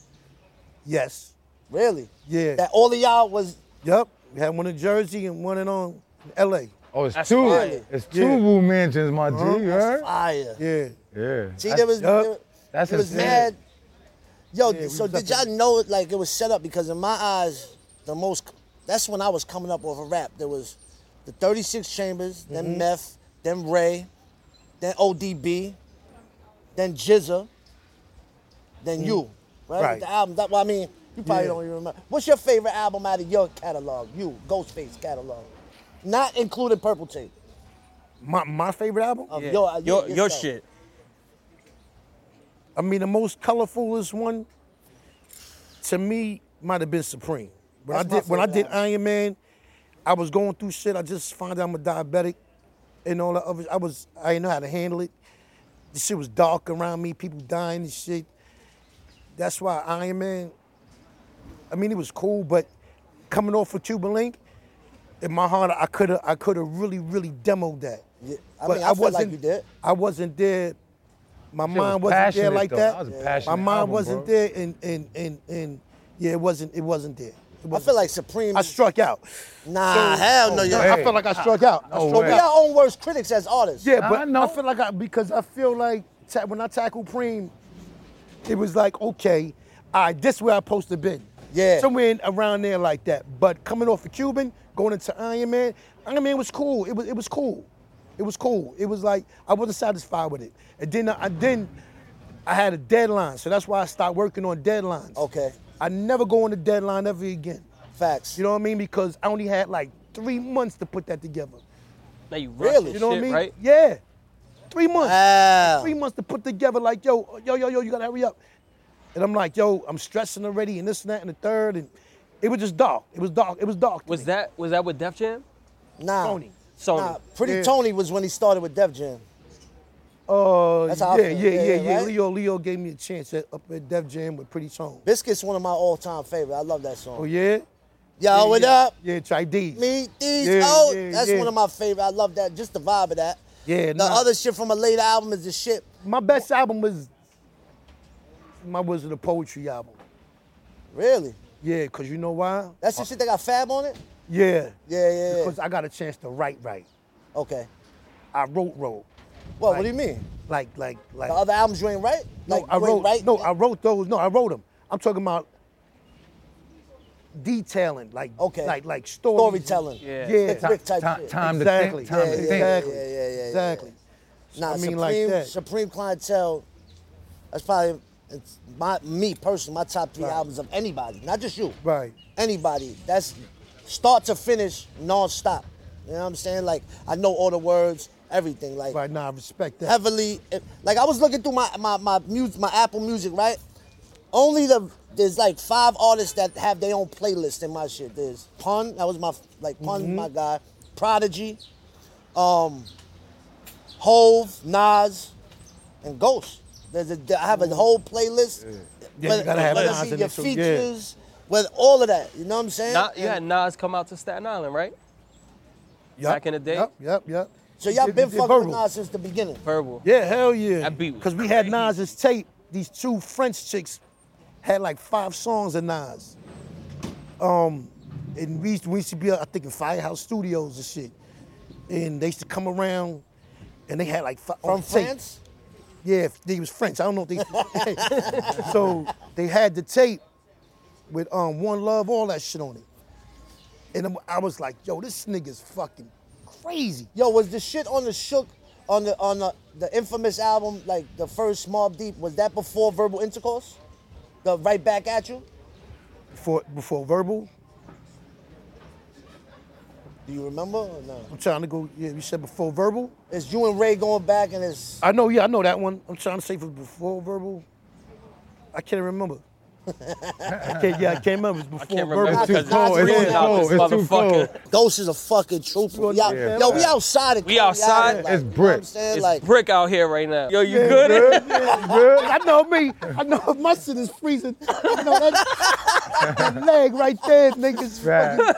S3: Yes.
S2: Really?
S3: Yeah.
S2: That all of y'all was
S3: Yep. We had one in Jersey and one in um, L.A.
S5: Oh, it's
S4: That's
S5: two.
S4: fire.
S5: It's two
S3: Yeah.
S5: Wu mansions, my G. You heard?
S2: fire.
S3: Yeah.
S5: Yeah.
S2: See, there was,
S3: yup.
S2: there,
S5: That's
S2: there was
S5: insane.
S2: mad. Yo,
S3: Yeah, we
S2: so did
S3: fucking-
S2: y'all know it like it was set up? Because in my eyes, the most that's when I was coming up with a rap. There was the 36 Chambers, then Meth, then Ray, then ODB, then Jizza, then you. Right?
S3: Right.
S2: The album. That, well, I mean, you probably
S3: Yeah.
S2: don't even remember. What's your favorite album out of your catalog? You, Ghostface catalog. Not including Purple Tape.
S3: My my favorite album.
S2: Of
S4: Yeah.
S2: your, your,
S4: your, your
S2: yourself.
S4: shit.
S3: I mean, the most colorfulest one to me might have been Supreme. When
S2: That's
S3: I
S2: my
S3: did when I
S2: favorite
S3: did
S2: album.
S3: Iron Man, I was going through shit. I just found out I'm a diabetic and all that other. I was I didn't know how to handle it. The shit was dark around me. People dying and shit. That's why Iron Man. I mean, it was cool, but coming off of Cuban Link, in my heart, I could have I could have really really demoed that.
S2: Yeah, I mean, I feel like you did.
S3: I wasn't there. My
S5: was
S3: mind was not there
S5: passionate,
S3: like
S5: though.
S3: that.
S5: That was a passionate
S3: My mind
S5: album,
S3: wasn't
S5: bro.
S3: there, and and and and yeah, it wasn't it wasn't there. It
S2: I
S3: wasn't
S2: feel like Supreme.
S3: I struck out.
S2: Nah, hell no,
S3: Yeah,
S2: you're-
S3: I felt like I struck out. I
S5: Oh, No
S3: struck
S5: way.
S2: we
S3: out.
S2: our own worst critics as artists.
S3: Oh, Yeah,
S5: Nah,
S3: but
S5: I
S3: I,
S5: know.
S3: feel like I because I feel like ta- when I tackle Preem, it was like, okay, all right, this where I supposed to been.
S2: Yeah.
S3: Somewhere in, around there like that. But coming off of Cuban, going into Iron Man, Iron Man was cool. It was it was cool. It was cool. It was like I wasn't satisfied with it. And then I then I had a deadline, so that's why I stopped working on deadlines.
S2: Okay.
S3: I never go on a deadline ever again.
S2: Facts.
S3: You know what I mean? Because I only had like three months to put that together.
S4: Now you rush
S2: Really?
S4: and
S3: You know what I
S4: shit,
S3: mean?
S4: right?
S3: Yeah. Three months.
S2: Wow.
S3: Three months to put together, like, yo, yo, yo, yo, you gotta hurry up. And I'm like, yo, I'm stressing already, and this and that, and the third, and it was just dark. It was dark. It was dark. to
S4: Was
S3: me.
S4: that was that with Def Jam?
S2: Nah.
S3: Tony?
S4: Sony.
S2: Nah, Pretty
S3: Yeah.
S2: Tony was when he started with Def Jam.
S3: Uh,
S2: That's how I
S3: yeah,
S2: feel.
S3: yeah,
S2: Yeah,
S3: yeah, yeah,
S2: right?
S3: Leo, Leo gave me a chance at, up at Def Jam with Pretty Tone.
S2: Biscuit's one of my all-time favorite. I love that
S3: Oh
S2: song.
S3: yeah.
S2: Yo, what
S3: yeah.
S2: up?
S3: Yeah, try D.
S2: Meet these.
S3: Yeah,
S2: oh,
S3: yeah,
S2: that's
S3: yeah.
S2: one of my favorite. I love that. Just the vibe of that.
S3: Yeah,
S2: The
S3: nah.
S2: other shit from a later album is the shit.
S3: My best album was my Wizard of Poetry album.
S2: Really?
S3: Yeah, cause you know why?
S2: That's the shit that got Fab on it.
S3: Yeah.
S2: Yeah, yeah, yeah.
S3: Uh, Because I got a chance to write, right.
S2: Okay.
S3: I wrote, wrote.
S2: Well, what do you mean?
S3: Like, like, like.
S2: The other albums you ain't right?
S3: no,
S2: Like,
S3: I
S2: you ain't
S3: wrote.
S2: right?
S3: No, I wrote those. No, I wrote them. I'm talking about detailing, like,
S2: Okay.
S3: like, like stories.
S2: Storytelling.
S4: Yeah.
S3: Yeah.
S2: Tick, tick, type
S5: Ti-
S2: shit.
S5: Time to
S3: exactly.
S5: think. Time
S2: Yeah,
S5: to
S2: yeah,
S5: think.
S3: exactly.
S2: yeah, yeah, yeah, yeah.
S3: Exactly.
S2: Nah,
S3: I mean,
S2: Supreme,
S3: like that.
S2: Supreme Clientele. That's probably it's my me personally my top three
S3: Right.
S2: albums of anybody, not just you.
S3: Right.
S2: Anybody. That's start to finish non-stop. You know what I'm saying? Like I know all the words, everything. Like
S3: Right. Nah, I respect that.
S2: heavily. Like I was looking through my my my music, my Apple Music, right? Only the there's like five artists that have their own playlist in my shit. There's Pun, that was my like Pun,
S3: Mm-hmm.
S2: my guy, Prodigy, um, Hove, Nas, and Ghost. There's a, I have a whole playlist.
S3: Yeah, you gotta have
S2: whether
S3: Nas
S2: it's
S3: in
S2: your
S3: it too, yeah.
S2: features, with all of that. You know what I'm saying?
S4: Na- you
S2: And-
S4: had Nas come out to Staten Island, right?
S3: Yup,
S4: back in the day?
S3: Yep. Yep. Yep.
S2: So y'all
S3: Did-
S2: been
S3: did
S2: fucking with
S3: verbal.
S2: Nas since the beginning.
S4: Verbal.
S3: Yeah, hell yeah.
S4: That beat was
S3: Cause we had
S4: crazy.
S3: Nas's tape. These two French chicks had like five songs of Nas. Um, and we used, we used to be, I think, in Firehouse Studios and shit. And they used to come around, and they had like fi-
S2: From
S3: on tape.
S2: France?
S3: Yeah, if they was French. I don't know if they. so they had the tape with um One Love, all that shit on it. And I'm- I was like, yo, this nigga's fucking crazy.
S2: Yo, was the shit on the shook on the on the, the infamous album, like the first Mob Deep, was that before verbal intercourse? The right back at you?
S3: Before before verbal,
S2: Do you remember or no?
S3: I'm trying to go. Yeah, you said before verbal.
S2: It's you and Ray going back and it's
S3: I know. Yeah, I know that one. I'm trying to say for before verbal. I can't remember. I can't, yeah, I can't remember. It's before
S4: I can't
S3: verbal.
S4: remember
S2: It's too
S4: because it's
S2: cold, it's
S4: freezing
S2: too
S4: out
S5: cold,
S4: this
S5: it's too
S4: motherfucker.
S5: cold.
S2: Ghost is a fucking trooper. We out,
S3: Yeah,
S2: yo,
S5: facts.
S2: we outside. of
S4: We
S2: Coney
S4: outside.
S2: Island,
S5: It's
S2: you know
S5: brick.
S2: what I'm saying?
S4: It's
S2: like,
S4: brick out here right now. Yo, you
S3: Yeah,
S4: good?
S3: good, yeah, good. I know me. I know if my shit is freezing. I know that, that leg right there, niggas.
S5: Right.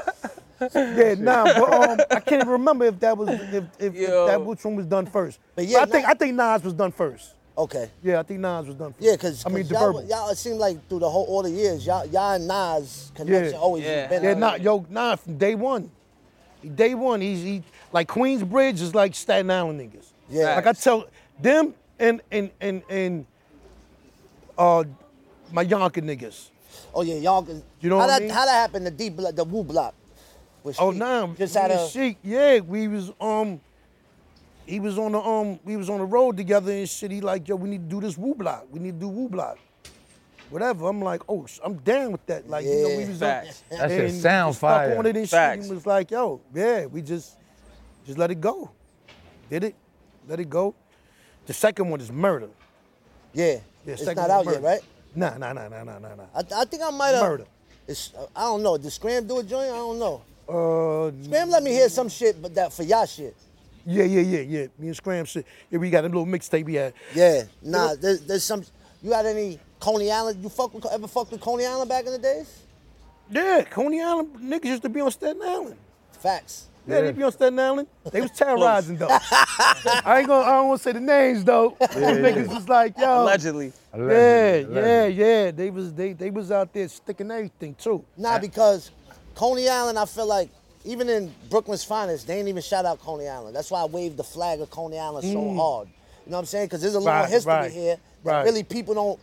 S3: fucking- Yeah, nah, but um, I can't remember if that was if, if, if
S4: Yo.
S3: that which one was done first.
S2: But yeah,
S3: I think
S2: nah.
S3: I think Nas was done first.
S2: okay.
S3: Yeah, I think Nas was done first.
S2: Yeah, cause,
S3: I mean
S2: 'cause
S3: the
S2: y'all,
S3: verbal.
S2: y'all it seemed like through the whole all the years, y'all y'all and Nas connection
S3: Yeah.
S2: always
S4: Yeah.
S2: been
S3: Yeah,
S2: like,
S3: nah, yo, nah, from day one. Day one, he's he like Queensbridge is like Staten Island niggas.
S2: Yeah.
S3: Like I tell them and and and and uh my Yonka niggas.
S2: Oh yeah, y'all can
S3: You know
S2: how
S3: what I
S2: that
S3: mean?
S2: how that happened the D block the Wu block. with
S3: Oh
S2: Sheik?
S3: nah,
S2: Just
S3: me
S2: had
S3: and
S2: a
S3: Sheik, yeah, we was um he was on the um we was on the road together and shit. He like, yo, we need to do this woo block. We need to do woo block. Whatever. I'm like, oh, sh- I'm down with that. Like, you know, we
S2: Yeah.
S3: was on,
S4: Facts.
S5: That shit
S3: and
S5: sound
S3: stuck
S5: fire.
S3: on it and shit.
S4: Facts.
S3: And was like, yo, yeah, we just just let it go. Did it? Let it go. The second one is murder.
S2: Yeah.
S3: Yeah,
S2: it's
S3: second
S2: not
S3: one,
S2: out
S3: murder.
S2: yet, right?
S3: Nah, nah, nah, nah, nah, nah, nah.
S2: I, I think I might have.
S3: Murder.
S2: It's, I don't know. Did Scram do a joint? I don't know.
S3: Uh,
S2: Scram let me hear some shit, but that for y'all shit.
S3: yeah, yeah, yeah, yeah. Me and Scram shit. Yeah, we got a little mixtape we had.
S2: Yeah. Nah, there's, there's some. You had any Coney Island? You fuck with, ever fucked with Coney Island back in the days?
S3: Yeah, Coney Island niggas used to be on Staten Island.
S2: Facts.
S3: Yeah, they be on Staten Island. They was terrorizing though. I ain't gonna. I don't want to say the names though. These niggas was like, yo.
S4: Allegedly.
S5: Allegedly,
S3: yeah,
S5: allegedly.
S3: yeah, yeah. They was they they was out there sticking everything too.
S2: Nah, because Coney Island, I feel like even in Brooklyn's finest, they ain't even shout out Coney Island. That's why I waved the flag of Coney Island so hard. You know what I'm saying? Because there's a long
S3: Mm. Right,
S2: history
S3: right,
S2: here that
S3: right.
S2: really people don't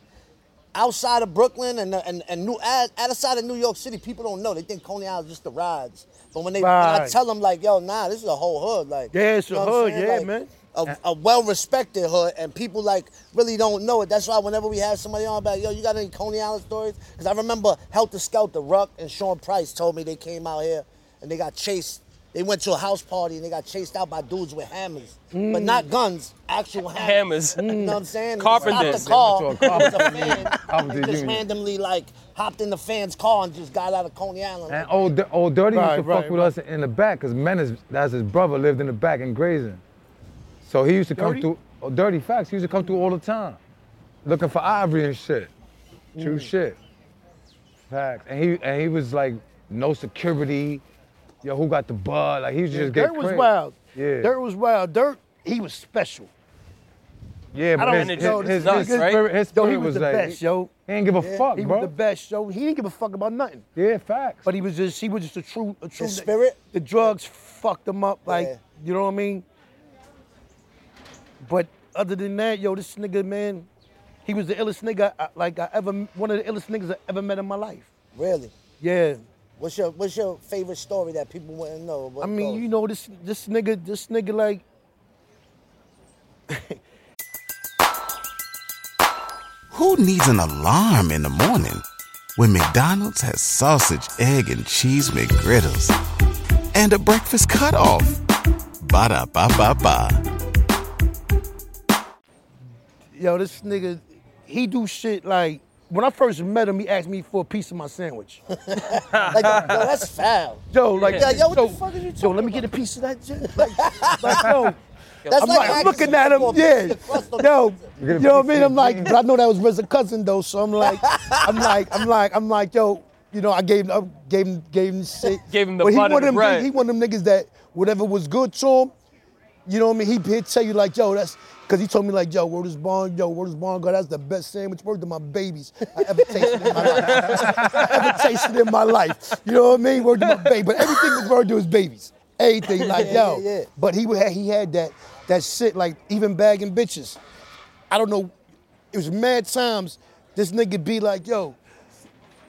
S2: outside of Brooklyn and and, and New out- outside of New York City, people don't know. They think Coney Island is just the rides. But when they when I
S3: Right.
S2: tell them like, yo, nah, this is a whole hood. Like,
S3: Yeah, it's a
S2: you know what I'm
S3: hood,
S2: saying?
S3: yeah,
S2: Like,
S3: man.
S2: A, a well-respected hood, and people like really don't know it. That's why whenever we have somebody on about, yo, you got any Coney Island stories? Because I remember Helter Skelter, Ruck, and Sean Price told me they came out here and they got chased. They went to a house party and they got chased out by dudes with hammers, but not guns, actual hammers.
S4: Mm. Hammers. Mm.
S2: You know what I'm saying?
S4: Carpenters.
S2: Stopped
S5: They went
S2: the
S5: to a
S2: car. It was a
S5: carpenter
S2: fan.
S5: Carpenter
S2: They just
S5: union.
S2: randomly like hopped in the fan's car and just got out of Coney Island.
S5: And old, Di- old Dirty
S3: Right,
S5: used to
S3: right,
S5: fuck with us in the back, cause Menace, that's his brother, lived in the back in Grazing. So he used to come
S3: Dirty?
S5: through. Oh, dirty facts. He used to come through all the time, looking for ivory and shit.
S3: Mm.
S5: True shit. Facts. And he and he was like no security. Yo, who got the bud? Like he used to just get
S3: Dirt was
S5: crazy.
S3: wild.
S5: Yeah.
S3: Dirt was wild. Dirt, he was special.
S5: Yeah, but
S4: don't
S5: his,
S4: wanna
S5: his,
S4: do
S5: his,
S4: this
S5: his,
S4: nuts, right?
S5: spirit, his
S3: Yo,
S5: spirit
S3: he was, the
S5: like
S3: best, yo.
S5: he didn't give a fuck,
S3: he
S5: bro.
S3: was the best, yo. He didn't give a fuck about nothing.
S5: Yeah, facts.
S3: But he was just, he was just a true, a true.
S2: spirit?
S3: The drugs fucked him up, like,
S2: Yeah.
S3: you know what I mean? But other than that, yo, this nigga, man, he was the illest nigga, I, like, I ever, one of the illest niggas I ever met in my life.
S2: Really?
S3: Yeah.
S2: What's your What's your favorite story that people wouldn't know?
S3: I mean, you know, this, this nigga, this nigga, like,
S1: Who needs an alarm in the morning when McDonald's has sausage, egg, and cheese McGriddles and a breakfast cutoff? Ba da ba ba ba.
S3: yo, this nigga, he do shit like, when I first met him, he asked me for a piece of my sandwich.
S2: like, yo, that's foul.
S3: Yo, like,
S2: Yeah, yo, what the
S3: yo,
S2: fuck is you
S3: yo,
S2: talking
S3: let me get a piece of that. shit. Like, like, yo,
S2: That's
S3: I'm like, I'm
S2: asking
S3: looking
S2: someone
S3: at him,
S2: for a piece
S3: yeah.
S2: of crust on-
S3: Yo,
S5: get a
S3: you know what I
S5: piece
S3: mean?
S5: of
S3: I'm like,
S5: meat.
S3: but I know that was RZA cousin though, so I'm like, I'm like, I'm like, I'm like, yo, you know, I gave him, I gave him, gave him shit.
S4: Gave him the
S3: but he
S4: bun and
S3: one
S4: the
S3: of them,
S4: bread.
S3: He one of them niggas that whatever was good to him, you know what I mean? He he'd tell you like, yo, that's because he told me like, yo, word is bond, yo, word is bond, God, that's the best sandwich word to my babies I ever tasted in my life. I ever tasted in my life. You know what I mean? Word to my baby. But everything was word to his babies. Everything like, yo.
S2: yeah, yeah.
S3: But he had he had that that shit like even bagging bitches. I don't know. It was mad times. This nigga be like, yo,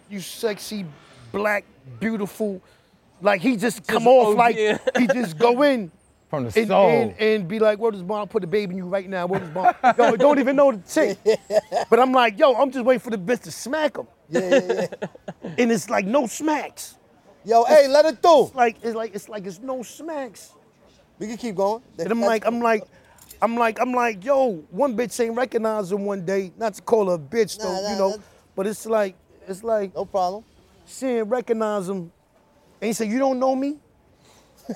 S3: you sexy, black, beautiful. Like he just, come off
S4: oh,
S3: like
S4: yeah.
S3: he just go in
S5: From the
S3: and,
S5: soul.
S3: and, and be like, where does bomb? I'll put a baby in you right now. Where does bomb? yo, I don't even know the chick. But I'm like, yo, I'm just waiting for the bitch to smack him. Yeah, yeah, yeah. and it's like no smacks.
S2: Yo, hey, let it through.
S3: Like it's like it's like it's no smacks.
S2: We can keep going.
S3: And I'm like, I'm like, I'm like, I'm like, yo, one bitch ain't recognized him one day. Not to call her a bitch though,
S2: Nah, nah,
S3: you know.
S2: that's-
S3: But it's like, it's like
S2: no problem.
S3: she ain't recognize him. And he said, you don't know me?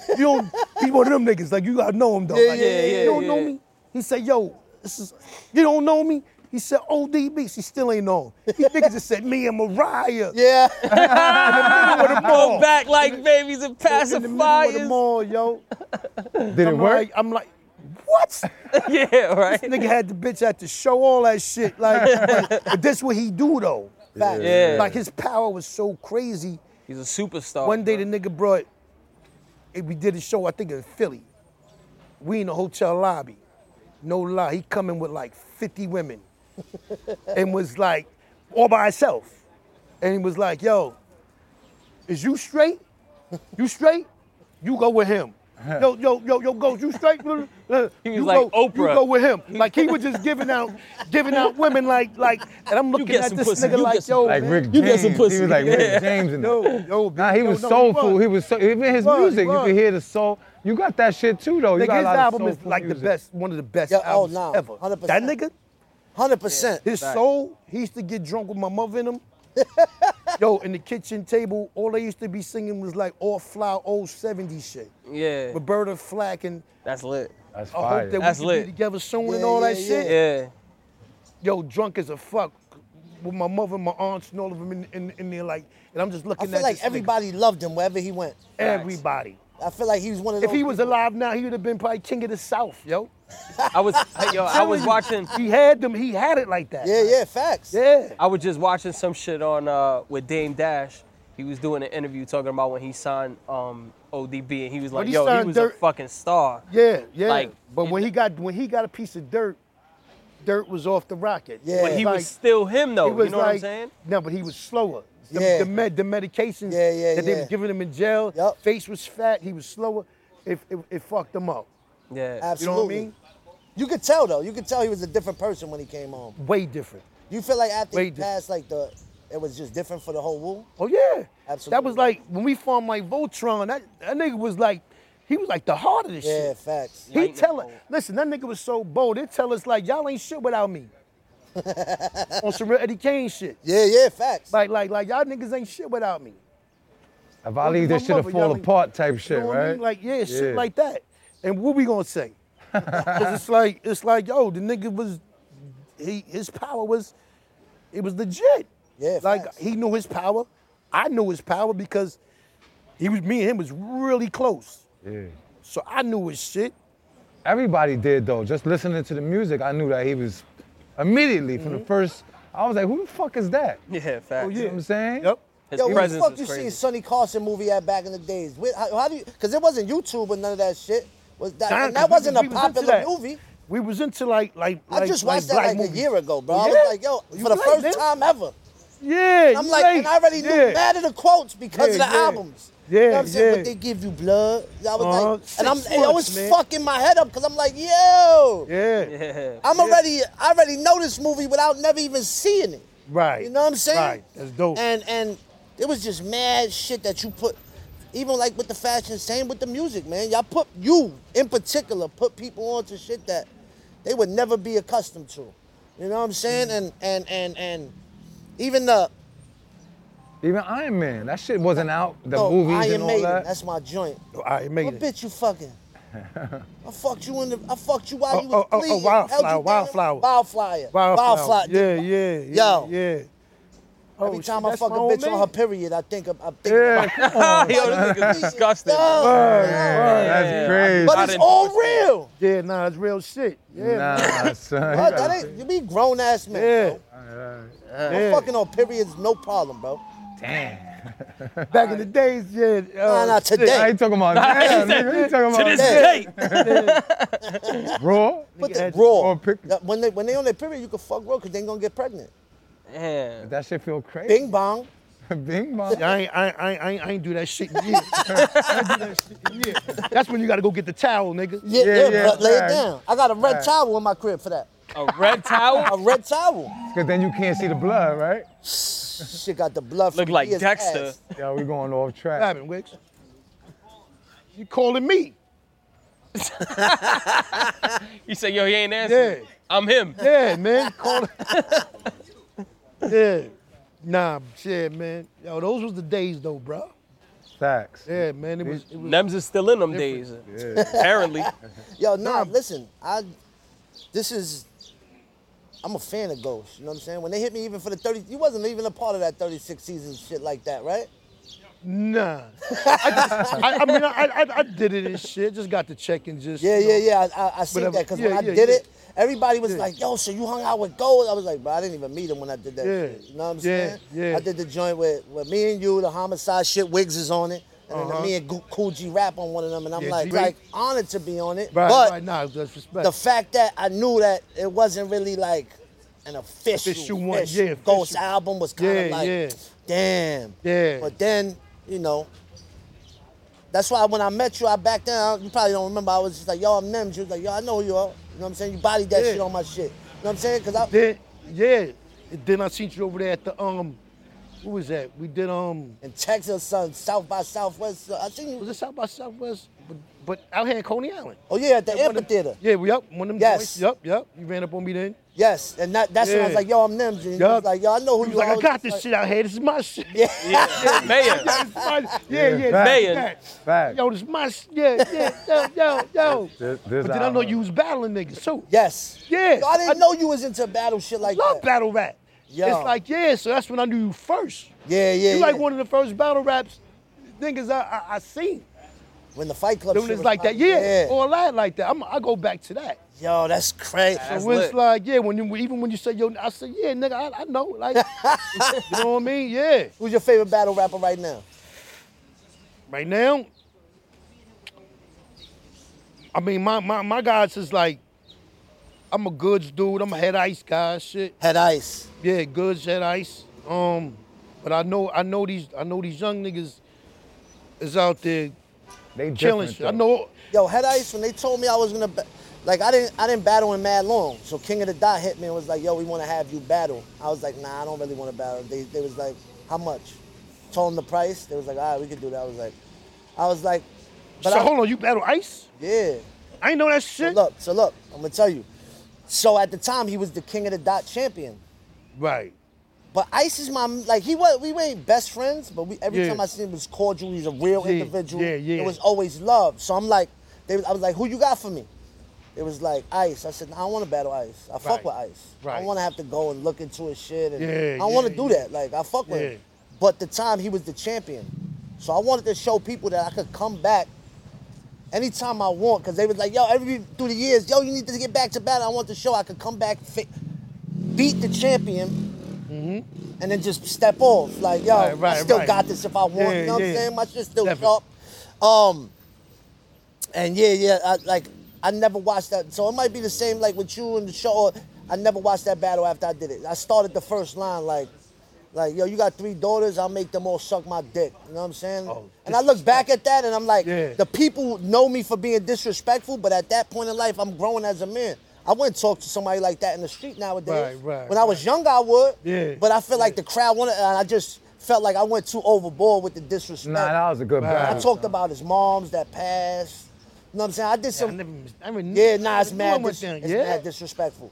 S3: You don't be one of them niggas. Like, you gotta know him though.
S2: Yeah,
S3: Like,
S2: yeah,
S3: You
S4: yeah,
S3: don't
S4: yeah.
S3: know me? He said, yo, this is, you don't know me? He said, ODB. She still ain't know him. He niggas just said, me and Mariah.
S2: Yeah.
S3: With
S4: Go
S3: a ball.
S4: back like babies and
S3: In the middle of the
S4: pacifiers.
S3: mall, yo.
S5: Did it
S3: I'm
S5: work?
S3: like, I'm like, what?
S4: Yeah, right.
S3: Nigga had the bitch at the show, all that shit. Like, but, but this what he do though.
S2: Facts.
S4: Yeah.
S3: Like his power was so crazy.
S4: He's a superstar.
S3: One day the nigga brought, eh, we did a show, I think in Philly. We in the hotel lobby. No lie, he coming with like 50 women. and was like, all by himself. And he was like, yo, is you straight? You straight? You go with him. Yo, yo, yo, yo, go, you straight? Uh, uh,
S4: He was
S3: you
S4: like
S3: go,
S4: Oprah.
S3: You go with him. Like he was just giving out, giving out women like, like, and I'm looking
S4: get
S3: at
S4: some
S3: this
S4: pussy.
S3: nigga
S4: You
S3: like,
S4: get some
S3: yo,
S5: like
S3: man.
S5: Rick James.
S4: You get some
S5: He
S4: pussy.
S5: was like
S4: Yeah.
S5: Rick James in
S3: Yo,
S5: there.
S3: yo,
S5: Nah, he
S3: yo,
S5: was
S3: no,
S5: soulful.
S3: was.
S5: He was so, even his
S3: was, he
S5: music. You
S3: was.
S5: could hear the soul. You got that shit too, though. You
S3: Nigga,
S5: got a
S3: his
S5: lot of
S3: album is
S5: soulful
S3: like the
S5: music.
S3: best, one of the best
S2: Yeah, oh,
S3: albums
S2: nah,
S3: ever.
S2: 100%.
S3: That nigga,
S2: Hundred percent.
S3: his soul, he used to get drunk with my mother and him. Yo, in the kitchen table, all they used to be singing was like all fly old 70s shit.
S4: Yeah.
S3: Roberta Flack and
S4: That's lit.
S5: That's
S3: I
S5: fire.
S3: hope that
S4: That's
S3: we can
S4: lit.
S3: be together soon and
S2: Yeah,
S3: all that
S2: yeah,
S3: shit.
S4: Yeah.
S3: Yo, drunk as a fuck with my mother, my aunts, and all of them in, in, in there like, and I'm just
S2: I
S3: looking
S2: feel
S3: at
S2: like
S3: this nigga.
S2: everybody loved him wherever he went.
S3: everybody.
S2: I feel like he was one of those.
S3: If he was alive now, he would have been probably king of the South, yo.
S4: I was yo, I was watching
S3: He had them, he had it like that.
S2: Yeah, yeah, facts.
S3: Yeah.
S4: I was just watching some shit on uh, with Dame Dash. He was doing an interview talking about when he signed um, ODB, and he was like,
S3: he
S4: "Yo, he
S3: signed
S4: was
S3: Dirt-
S4: a fucking star."
S3: Yeah, yeah.
S4: Like,
S3: but
S4: it-
S3: when he got when he got a piece of dirt, Dirt was off the rocket.
S2: Yeah.
S4: But he
S3: Like,
S4: was still him though.
S3: he was
S4: you know
S3: like,
S4: what I'm saying?
S3: No, but he was slower. The,
S2: Yeah.
S3: the, med, the medications
S2: Yeah, yeah,
S3: that they
S2: yeah.
S3: was giving him in jail,
S2: Yup.
S3: face was fat, he was slower. It, it, it fucked him up.
S4: Yeah.
S3: You know what I
S2: Absolutely.
S3: mean?
S2: You could tell though. You could tell he was a different person when he came home.
S3: Way different.
S2: You feel like after
S3: Way
S2: he
S3: different.
S2: passed, like the it was just different for the whole rule.
S3: Oh yeah, That
S2: Absolutely.
S3: was like when we formed like Voltron. That, that nigga was like, he was like the heart of this
S2: Yeah,
S3: shit.
S2: facts.
S3: He tell us, listen, that nigga was so bold. They tell us like, y'all ain't shit without me. On some real Eddie Kane shit.
S2: Yeah, yeah, facts.
S3: Like, like, like, y'all niggas ain't shit without me.
S5: If I leave this shit to
S3: Motherfucker,
S5: fall
S3: y'all ain't-
S5: apart type
S3: You
S5: shit,
S3: know what I
S5: right?
S3: mean? Like, yeah,
S5: Yeah.
S3: shit like that. And what we gonna say? 'Cause it's like, it's like, yo, the nigga was, he, his power was, it was legit.
S2: Yeah,
S3: like
S2: facts.
S3: he knew his power. I knew his power because he was, me and him was really close.
S5: Yeah.
S3: So I knew his shit.
S5: Everybody did though. Just listening to the music, I knew that he was immediately from
S3: Mm-hmm.
S5: the first. I was like, who the fuck is that?
S3: Oh,
S4: Yeah, facts.
S5: You know what I'm saying?
S3: Yep.
S4: His
S2: Yo, what the
S4: presence
S2: fuck
S4: was
S2: you
S4: crazy.
S2: seen Sonny Carson movie at back in the days? Where- how, how do you? Because it wasn't YouTube or none of that shit. Was that?
S3: Nah,
S2: and
S3: 'cause
S2: that
S3: we
S2: wasn't
S3: was-
S2: a
S3: we was into
S2: popular
S3: that.
S2: movie.
S3: We was into like, like,
S2: I
S3: like-
S2: just
S3: like
S2: watched that
S3: black
S2: like
S3: movies.
S2: a year ago, bro. I
S3: Yeah?
S2: was like, yo,
S3: You
S2: for the
S3: right,
S2: first
S3: man.
S2: time ever.
S3: Yeah,
S2: I'm
S3: you
S2: like,
S3: right.
S2: and I already knew
S3: Yeah.
S2: mad of the quotes because of
S3: Yeah,
S2: the
S3: yeah.
S2: albums.
S3: Yeah,
S2: you know what I'm saying?
S3: yeah.
S2: But they give you blood. I was
S3: Uh-huh.
S2: like, and I'm,
S3: Six
S2: it always
S3: months, man.
S2: fucking my head up because I'm like, yo,
S3: Yeah.
S4: Yeah.
S2: I'm already, I already know this movie without never even seeing it.
S3: Right.
S2: You know what I'm saying?
S3: Right. That's dope.
S2: And and it was just mad shit that you put, even like with the fashion, same with the music, man. Y'all put you in particular put people onto shit that they would never be accustomed to. You know what I'm saying?
S3: Mm.
S2: And and and and even the
S5: Even Iron Man. That shit wasn't out. The
S2: no,
S5: movies
S2: Iron
S5: and all
S2: Maiden,
S5: that.
S2: that's my joint.
S3: Oh, I made
S2: What
S3: it.
S2: bitch you fucking? I fucked you in the. I fucked you while
S3: Oh,
S2: you was
S3: oh, oh, oh,
S2: bleeding.
S3: Wildflower,
S2: held you down.
S3: Wildflower.
S2: Wildflower.
S3: Wildflower.
S2: Wildflower.
S3: Yeah, yeah, yeah.
S2: Yo.
S3: Yeah. Oh,
S2: Every time
S3: shit,
S2: I
S3: that's
S2: fuck a
S3: my old
S2: bitch on
S3: man.
S2: her period, I think of- I think.
S5: Yeah,
S2: about-
S4: Yo, this nigga's disgusting.
S2: No, no.
S5: That's crazy.
S2: But
S4: I
S2: it's
S4: didn't
S2: all
S4: force it.
S2: real.
S3: Yeah, nah, it's real shit. Yeah.
S5: Nah, son.
S2: Bro, that ain't, you be grown ass man.
S3: Yeah.
S2: bro. I'm
S3: Yeah.
S2: fucking on periods, no problem, bro.
S5: Damn.
S3: Back in the days, yeah.
S2: Nah,
S3: uh,
S2: nah,
S3: shit.
S2: today.
S5: I ain't talking about that. nigga. You talking
S4: To
S5: about
S4: this
S5: that.
S4: day.
S5: Raw?
S2: But they
S3: had
S2: raw.
S5: raw pic-
S2: That- When they when they on their period, you can fuck raw because they ain't gonna get pregnant.
S4: Yeah.
S5: That shit feel crazy.
S2: Bing bong.
S5: Bing bong.
S3: I ain't, I, ain't- I, ain't- I, ain't, I ain't do that shit in years. I ain't do that shit in years. That's when you gotta go get the towel, nigga.
S2: Yeah,
S5: Yeah,
S2: yeah,
S5: yeah,
S2: but lay it
S5: right.
S2: down. I got a red towel in my crib for that.
S4: A red
S2: A
S4: towel?
S2: red towel.
S5: Cause then you can't see the blood, right?
S2: Shit got the blood.
S4: Look
S2: from
S4: like
S2: his
S4: Dexter.
S2: ass.
S5: Yeah, we going off
S3: What
S5: track.
S3: happened, Wicks? You calling me?
S4: He said, yo, he ain't answering.
S3: Yeah.
S4: I'm him.
S3: Yeah, man. Call yeah. Nah, shit, man. Yo, those was the days though, bro.
S5: Facts.
S3: Yeah, man. It was, it was
S4: Nems is still in them days. Apparently.
S2: Yo, nah, listen, I this is I'm a fan of Ghost, you know what I'm saying? When they hit me even for the 30, you wasn't even a part of that 36 season shit like that, right?
S3: nah. I, just- I, I mean, I, I, I did it and shit. Just got the check and just.
S2: Yeah,
S3: you know.
S2: yeah, yeah. I, I, I seen
S3: Whatever.
S2: that because
S3: Yeah,
S2: when I
S3: yeah,
S2: did
S3: yeah.
S2: it, everybody was
S3: Yeah.
S2: like, "Yo, so you hung out with Gold?" I was like, "Bro, I didn't even meet him when I did that."
S3: Yeah,
S2: shit. You know what I'm
S3: yeah,
S2: saying?
S3: yeah.
S2: I did the joint with, with me and you, the homicide shit. Wigs is on it, and then me and Gu- Cool G rap on one of them, and I'm
S3: Uh-huh. Yeah,
S2: like,
S3: G.
S2: like honored to be on it,
S3: Right,
S2: but
S3: right. Nah, that's respect.
S2: the fact that I knew that it wasn't really like an official,
S3: Official one,
S2: official
S3: yeah,
S2: Ghost
S3: official.
S2: album was kind of
S3: Yeah,
S2: like,
S3: yeah.
S2: damn.
S3: Yeah.
S2: But then, you know, that's why when I met you, I backed down. You probably don't remember. I was just like, yo, I'm Nems. You was like, yo, I know who you are. You know what I'm saying? You bodied that
S3: Yeah.
S2: shit on my shit. You know what I'm saying? Because I,
S3: then, yeah. And then I seen you over there at the um, what was that? We did um,
S2: in Texas, son, South by Southwest, so I think you
S3: was it South by Southwest? But, but out here in Coney Island.
S2: Oh, yeah, at the
S3: One of them-
S2: amphitheater.
S3: Yeah, we up. One of them
S2: Yes.
S3: joints. Yup, yup. You ran up on me then.
S2: Yes. And that, that's when I was
S3: Yeah.
S2: like, yo, I'm Nems. And you
S3: Yup.
S2: was like, yo, I know who
S3: He
S2: you
S3: was like,
S2: are.
S3: I got
S2: was
S3: this
S2: just
S3: shit out here. This is my shit.
S4: Yeah. Mayor.
S3: It's mine. Yeah, yeah,
S5: Fact.
S4: Mayor.
S3: that.
S5: Fact.
S3: Yo, this my sh- yeah, yeah, yo, yo, yo.
S5: This- this
S3: but then I
S5: album.
S3: know you was battling niggas too.
S2: Yes.
S3: Yeah.
S2: Yo, I didn't know you was into battle shit like
S3: love
S2: that.
S3: battle rap.
S2: Yo.
S3: It's like yeah, so that's when I knew you first.
S2: Yeah, yeah.
S3: you like
S2: yeah.
S3: one of the first battle raps niggas I I, I seen.
S2: When the Fight Club
S3: Doing
S2: shit
S3: this
S2: was
S3: like that,
S2: popping.
S3: yeah, or that like that. I'm, I go back to that.
S2: Yo, that's crazy.
S4: That's
S3: so it's
S4: lit.
S3: like yeah, when you even when you say yo, I say yeah, nigga, I, I know. Like, you know what I mean? Yeah.
S2: Who's your favorite battle rapper right now?
S3: right now, I mean, my my my guys is like I'm a goods dude. I'm a head ice guy. Shit.
S2: Had ice.
S3: Yeah, goods head ice. Um, but I know I know these I know these young niggas is out there
S5: They
S3: killing
S5: different,
S3: shit. I
S5: though.
S3: know.
S2: Yo, Head Ice, when they told me I was gonna, ba- like, I didn't, I didn't battle in mad long. So King of the Dot hit me and was like, "Yo, we want to have you battle." I was like, "Nah, I don't really want to battle." They, they was like, "How much?" Told them the price. They was like, "All right, we could do that." I was like, I was like, but
S3: so
S2: I,
S3: hold on, you battle ice?
S2: yeah.
S3: I ain't know that
S2: So
S3: shit.
S2: look, so look, I'm gonna tell you. So at the time, he was the King of the Dot champion.
S3: Right.
S2: But Ice is my like he was we were best friends, but we every
S3: Yeah.
S2: time I see him it was cordial. He's a real
S3: Yeah,
S2: individual.
S3: yeah, yeah.
S2: It was always love. So I'm like, they, I was like, who you got for me? It was like Ice. I said, I don't want to battle Ice. I fuck
S3: Right,
S2: with Ice. I
S3: right.
S2: don't want to have to go and look into his shit. And
S3: Yeah,
S2: I don't want to
S3: yeah,
S2: do
S3: yeah.
S2: that. Like I fuck with
S3: Yeah.
S2: him. But the time he was the champion, so I wanted to show people that I could come back anytime I want. Cause they was like, yo, every through the years, yo, you need to get back to battle. I want to show I could come back, fi- beat the champion and then just step off. Like, yo,
S3: Mm-hmm. Right, right,
S2: I still
S3: right.
S2: got this if I want.
S3: Yeah,
S2: you know what
S3: yeah.
S2: I'm saying? My shit's still
S3: Definitely.
S2: sharp. Um, and yeah, yeah, I, like I never watched that. So it might be the same like with you and the show. Or I never watched that battle after I did it. I started the first line like, like yo, you got three daughters. I'll make them all suck my dick. You know what I'm saying?
S3: Oh,
S2: and I look back at that and I'm like,
S3: Yeah.
S2: the people know me for being disrespectful, but at that point in life, I'm growing as a man. I wouldn't talk to somebody like that in the street nowadays.
S3: Right, right,
S2: when I was younger, I would.
S3: Yeah.
S2: But I feel like the crowd wanted, and I just felt like I went too overboard with the disrespect.
S5: Nah, that was a good
S2: I
S5: battle.
S2: talked about his moms that passed. You know what I'm saying? I did
S3: I
S2: some.
S3: never, I never
S2: Yeah, nah, it's
S3: I never knew
S2: mad.
S3: him with
S2: dis-
S3: them,
S2: it's
S3: yeah.
S2: mad disrespectful.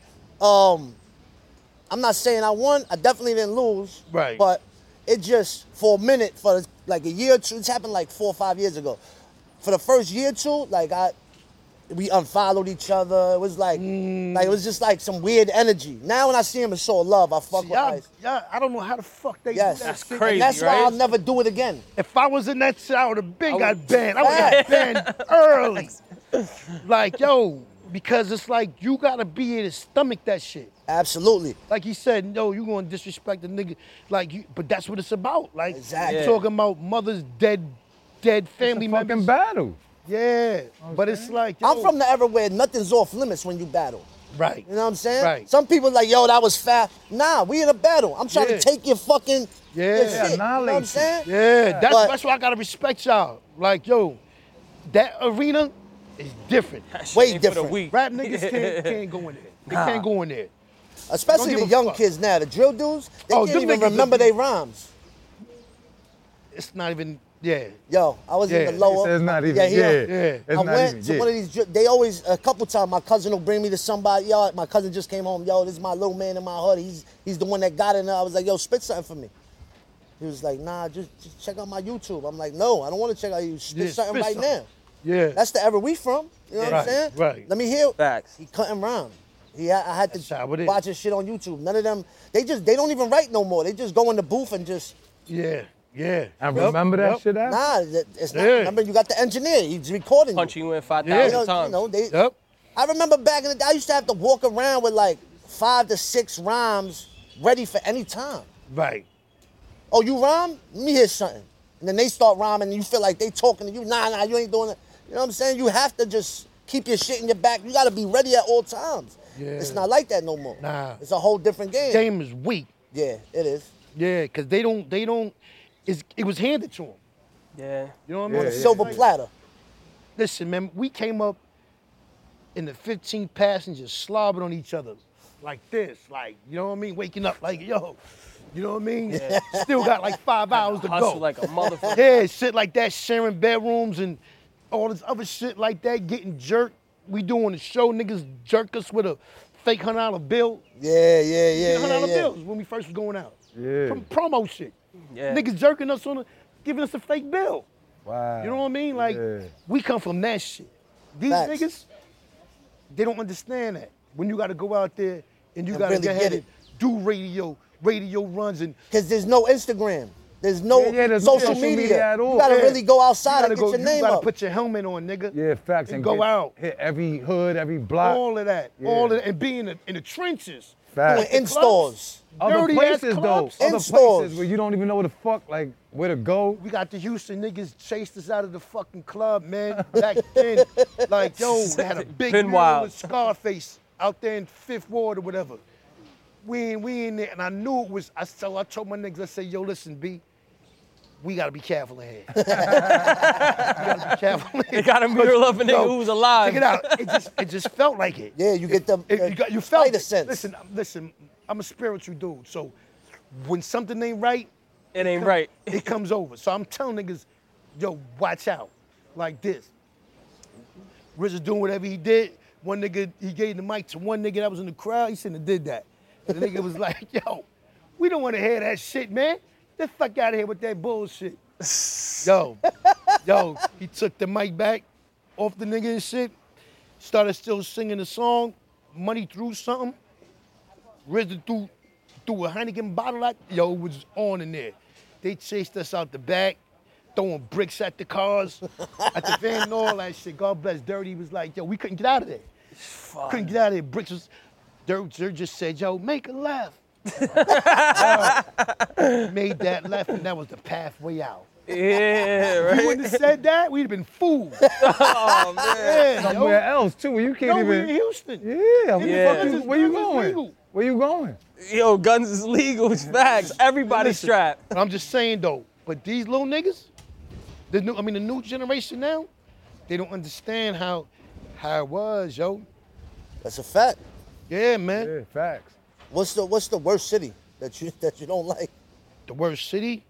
S2: um, I'm not saying I won. I definitely didn't lose.
S3: Right.
S2: But it just for a minute, for like a year or two. It's happened like four or five years ago. For the first year or two, like I, we unfollowed each other. It was like, like it was just like some weird energy. Now when I see him, it's so love. I fuck with
S3: y'all,
S2: Ice.
S3: y'all, I don't know how the fuck they
S2: Yes,
S3: do that shit.
S4: crazy,
S2: And that's
S4: right?
S2: why I'll never do it again.
S3: If I was in that shit, I would have been got
S4: would-
S3: banned. I would have banned early. Like, yo, because it's like you gotta be able to stomach that shit.
S2: Absolutely.
S3: Like he said, no, you gonna disrespect the nigga. Like, you, but that's what it's about. Like,
S2: Exactly.
S3: you talking about mothers dead, dead family
S5: It's a
S3: members.
S5: fucking battle.
S3: Yeah, but it's like yo,
S2: I'm from the era where nothing's off limits when you battle.
S3: right.
S2: You know what I'm saying?
S3: Right.
S2: Some people like, yo, that was fat. Nah, we in a battle. I'm trying
S3: Yeah.
S2: to take your fucking
S3: Yeah.
S2: your
S3: Yeah,
S2: shit. You know what
S5: annihilate
S2: I'm
S5: you.
S2: saying?
S3: Yeah, that's
S2: But-
S3: that's why I gotta respect y'all. Like, yo, that arena is different.
S2: Way
S4: For the
S2: different.
S4: week.
S3: Rap niggas can't, can't go in there. They can't go in there.
S2: Especially
S3: Don't
S2: the
S3: give a
S2: young
S3: fuck.
S2: kids now, the drill dudes, they
S3: Oh,
S2: can't
S3: them
S2: even
S3: niggas
S2: remember
S3: is-
S2: their rhymes.
S3: It's not even. Yeah.
S2: Yo, I was in
S3: Yeah,
S2: the
S3: he
S2: lower.
S5: says not even,
S2: Yeah, he-
S5: yeah,
S3: it's
S2: I
S5: not
S2: went
S5: even,
S2: to
S5: yeah.
S2: one of these. dri- They always a couple times. My cousin will bring me to somebody. Yo, my cousin just came home. Yo, this is my little man in my hood. He's he's the one that got it. And I was like, yo, spit something for me. He was like, nah, just, just check out my YouTube. I'm like, no, I don't want to check out you. Spit
S3: Yeah,
S2: something right
S3: spit something.
S2: now.
S3: Yeah.
S2: That's the era we from. You know what I'm
S3: Right,
S2: saying?
S3: right.
S2: Let me hear.
S4: Facts.
S2: He couldn't rhyme. He, I, I had
S3: That's
S2: to
S3: how it is.
S2: watch his shit on YouTube. None of them. They just they don't even write no more. They just go in the booth and just
S3: yeah. Yeah.
S5: I
S3: Yup,
S5: remember that
S3: yup,
S5: shit after?
S2: nah. it- It's not.
S3: Yeah.
S2: Remember, you got the engineer. He's recording.
S4: Punch you in five
S3: Yeah.
S2: You
S4: thousand
S2: know,
S4: times.
S2: you know, they,
S3: Yup.
S2: I remember back in the day, I used to have to walk around with like five to six rhymes ready for any time.
S3: Right.
S2: Oh, you rhyme? Let me hear something. And then they start rhyming and you feel like they talking to you. Nah, nah, you ain't doing it. You know what I'm saying? You have to just keep your shit in your back. You gotta be ready at all times.
S3: Yeah.
S2: It's not like that no more.
S3: Nah.
S2: It's a whole different game.
S3: Game is weak.
S2: Yeah, it is.
S3: Yeah, cause they don't. They don't. It's, it was handed to them.
S4: yeah.
S3: You know what I mean?
S5: Yeah, yeah.
S2: Silver platter.
S3: Listen, man, we came up in the 15 passengers slobbing on each other like this, like, you know what I mean? Waking up like, yo, you know what I mean? Still got like five hours to
S4: Hustle
S3: go.
S4: like a motherfucker.
S3: yeah, shit like that, sharing bedrooms and all this other shit like that, getting jerked. We doing the show, niggas jerk us with a fake hundred dollar bill.
S2: Yeah, yeah, yeah.
S3: hundred
S2: yeah,
S3: dollar
S2: yeah.
S3: bills when we first was going out.
S5: Yeah.
S3: Prom- promo shit.
S4: Yeah.
S3: Niggas jerking us on, a, giving us a fake bill.
S5: Wow.
S3: You know what I mean? Like,
S5: Yeah.
S3: we come from that shit. These
S2: Facts.
S3: niggas, They don't understand that. When you got to go out there and you
S2: And
S3: got to
S2: really
S3: get
S2: get
S3: at it, do radio, radio runs and
S2: Because there's no Instagram. There's no
S3: Yeah, yeah, there's no
S2: social,
S3: social
S2: media.
S3: media at all.
S2: You gotta
S3: Yeah.
S2: really go outside
S3: You
S2: and get
S3: gotta go-
S2: your
S3: you
S2: name
S3: gotta
S2: up.
S3: put your helmet on, nigga.
S5: Yeah, facts.
S3: And
S5: And
S3: go
S5: get-
S3: out.
S5: Hit every hood, every block.
S3: all of that,
S5: Yeah.
S3: all of that, and be in the, in the trenches,
S5: Facts.
S2: Doing in stores.
S5: Other
S3: dirty
S5: places
S3: ass
S5: though.
S3: clubs.
S5: Other
S2: In stores.
S5: places where you don't even know where the fuck, like where to go.
S3: We got the Houston niggas chased us out of the fucking club, man. Back then, like yo, they had a big
S4: Been
S3: mural
S4: wild.
S3: with Scarface out there in Fifth Ward or whatever. We in, we in there, and I knew it was. I so I told my niggas, I said, yo, listen, B, we gotta be careful in here. we gotta be careful. in
S4: They
S3: here.
S4: got a mural up and they
S3: Yo,
S4: who's alive.
S3: Check it out. It just it just felt like it.
S2: Yeah, you get the-
S3: It-
S2: the
S3: you, got, you felt
S2: spider
S3: it.
S2: sense.
S3: Listen, listen. I'm a spiritual dude, so when something ain't right,
S4: It ain't right.
S3: it comes over. So I'm telling niggas, yo, watch out. Like this. Richard doing whatever he did. One nigga, he gave the mic to one nigga that was in the crowd. He shouldn't have did that. The nigga was like, yo, we don't want to hear that shit, man. Get the fuck out of here with that bullshit. yo, yo, he took the mic back off the nigga and shit. Started still singing the song. Money threw something. Rizzo threw, threw a Heineken bottle at, yo, it was on in there. They chased us out the back, throwing bricks at the cars, at the van and all that shit. God bless Dirty was like, yo, we couldn't get out of there. Couldn't get out of there. Bricks was, Dirty Dirty just said, yo, make a left. Yo, made that left and that was the pathway out.
S4: Yeah,
S3: If you
S4: right.
S3: wouldn't have said that, we'd have been fooled.
S4: Oh man.
S3: Yeah, yo.
S5: Somewhere else too, where you can't
S3: No, we
S5: even.
S3: in Houston.
S5: Yeah, where,
S4: Yeah.
S5: the fuck you, where you
S3: It's
S5: going?
S3: legal.
S5: Where you going?
S4: Yo, guns is legal. It's facts. Everybody's
S3: Listen,
S4: strapped.
S3: I'm just saying though, but these little niggas, the new, I mean the new generation now, they don't understand how how it was, yo.
S2: That's a fact.
S3: Yeah, man.
S5: Yeah, facts.
S2: What's the what's the worst city that you that you don't like?
S3: The worst city,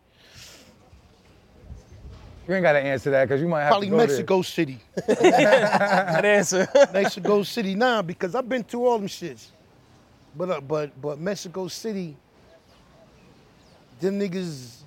S5: You ain't gotta answer that because you might have
S3: probably
S5: to go there.
S3: Mexico City.
S4: That answer.
S3: Mexico City now because I've been through all them shits. But uh, but but Mexico City, them niggas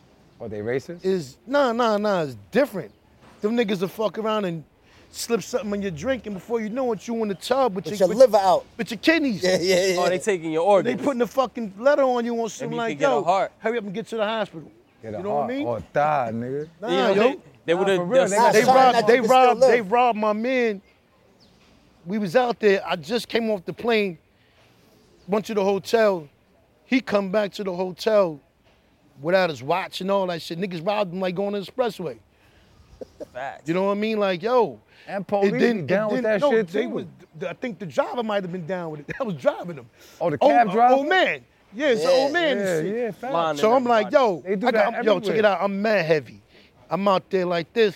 S5: Are they racist?
S3: is nah nah nah it's different. Them niggas will fuck around and slip something in your drink and before you know it, you in the tub with,
S2: With your liver out.
S3: with your kidneys.
S2: Yeah, yeah, yeah.
S4: oh, they taking your
S3: They
S4: organs.
S3: putting a fucking letter on you on something
S4: you
S3: like
S4: could get a
S3: yo,
S4: heart.
S3: hurry up and get to the hospital.
S5: Get a
S3: you know
S5: heart
S3: what I mean?
S5: Or die, nigga.
S3: Nah,
S4: Yeah,
S3: yo.
S4: they, they would
S5: for real,
S4: have.
S5: they got
S3: They
S2: Sign that
S3: robbed,
S2: you
S3: they
S2: can still
S3: robbed, they
S2: live.
S3: robbed my man. We was out there. I just came off the plane, went to the hotel. He come back to the hotel without his watch and all that shit. Niggas robbed him like going on the expressway.
S4: Facts.
S3: You know what I mean? Like, yo.
S5: And police be
S3: didn't-
S5: Oh, down with that
S3: didn't- no,
S5: shit,
S3: they
S5: too.
S3: was- th- I think the driver might have been down with it. That was driving him.
S5: Oh, the cab
S3: old,
S5: driver?
S3: Old man. Yeah, it's an
S2: Yeah,
S3: old man. and
S5: Yeah,
S3: shit.
S5: yeah, facts.
S4: Line
S3: So I'm like, yo,
S5: They do
S3: I
S5: that
S3: got, I'm- yo, check
S5: everywhere.
S3: it out. I'm mad heavy. I'm out there like this.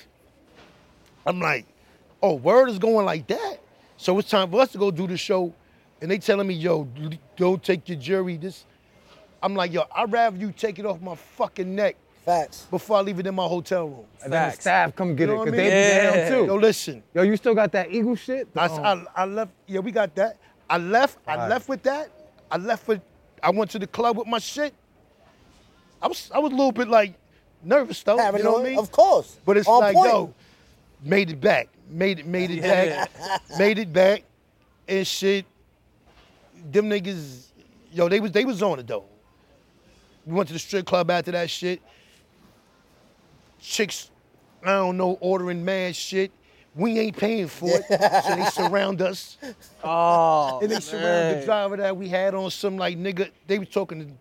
S3: I'm like, oh, word is going like that. So it's time for us to go do the show. And they telling me, yo, l- go take your jury. This, I'm like, yo, I'd rather you take it off my fucking neck
S2: Facts.
S3: before I leave it in my hotel room.
S5: And then the
S4: Facts.
S5: staff come get
S3: You
S5: it
S3: know
S5: because
S3: what I
S5: they
S3: mean?
S5: be down too.
S3: Yo, listen,
S5: Yo, you still got that eagle shit? Oh.
S3: I, s- I- I left. Yeah, we got that. I left. I
S5: Right.
S3: left with that. I left with. I went to the club with my shit. I was. I was a little bit like nervous though. You know what I
S2: Paranoid,
S3: mean?
S2: Of course.
S3: But it's
S2: On
S3: like,
S2: point.
S3: yo, made it back. Made it, made it back. made it back. And shit. Them niggas, yo, they was they was on it though. We went to the strip club after that shit. Chicks, I don't know, ordering mad shit. We ain't paying for it. so they surround us.
S4: Oh,
S3: And they surrounded the
S4: man.
S3: driver that we had on some like nigga. They was talking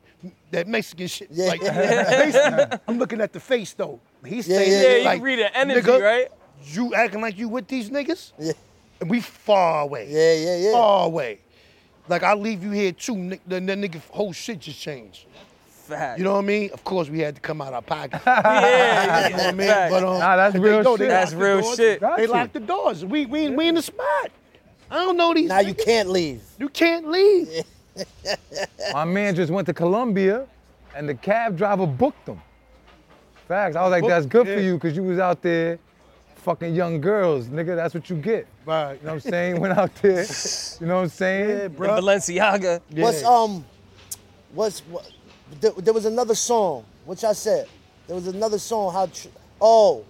S3: that Mexican shit.
S2: Yeah.
S3: Like, basically, I'm looking at the face though. He's
S2: Yeah,
S3: saying
S2: yeah,
S3: it
S2: yeah. Yeah,
S4: you
S3: like,
S4: can read the energy,
S3: nigga,
S4: right?
S3: You acting like you with these niggas,
S2: Yeah,
S3: and we far away.
S2: yeah, yeah. yeah.
S3: Far away. Like I leave you here too. Ni- the, the nigga whole shit just changed.
S4: Facts.
S3: You know what I mean? Of course we had to come out our pocket.
S4: yeah,
S3: You know what I mean?
S4: Facts.
S3: But um,
S5: Nah, that's
S3: they
S5: real
S3: know they
S5: shit.
S3: locked
S4: That's
S3: the
S4: real
S3: doors.
S4: shit.
S5: Got
S3: They
S5: you.
S3: locked the doors. We we we in the spot. I don't know these.
S2: Now you
S3: niggas.
S2: can't leave.
S3: You can't leave.
S5: My man just went to Colombia and the cab driver booked him. Facts. I was like,
S3: Booked-
S5: that's good
S3: yeah.
S5: for you because you was out there fucking young girls, nigga. That's what you get.
S3: Right.
S5: You know what I'm saying? Went out there. You know what I'm saying?
S3: Yeah,
S4: In
S3: bro.
S4: Balenciaga.
S2: What's
S3: Yeah.
S2: um, what's what? There, there was another song, which I said. There was another song. How? Tr- oh,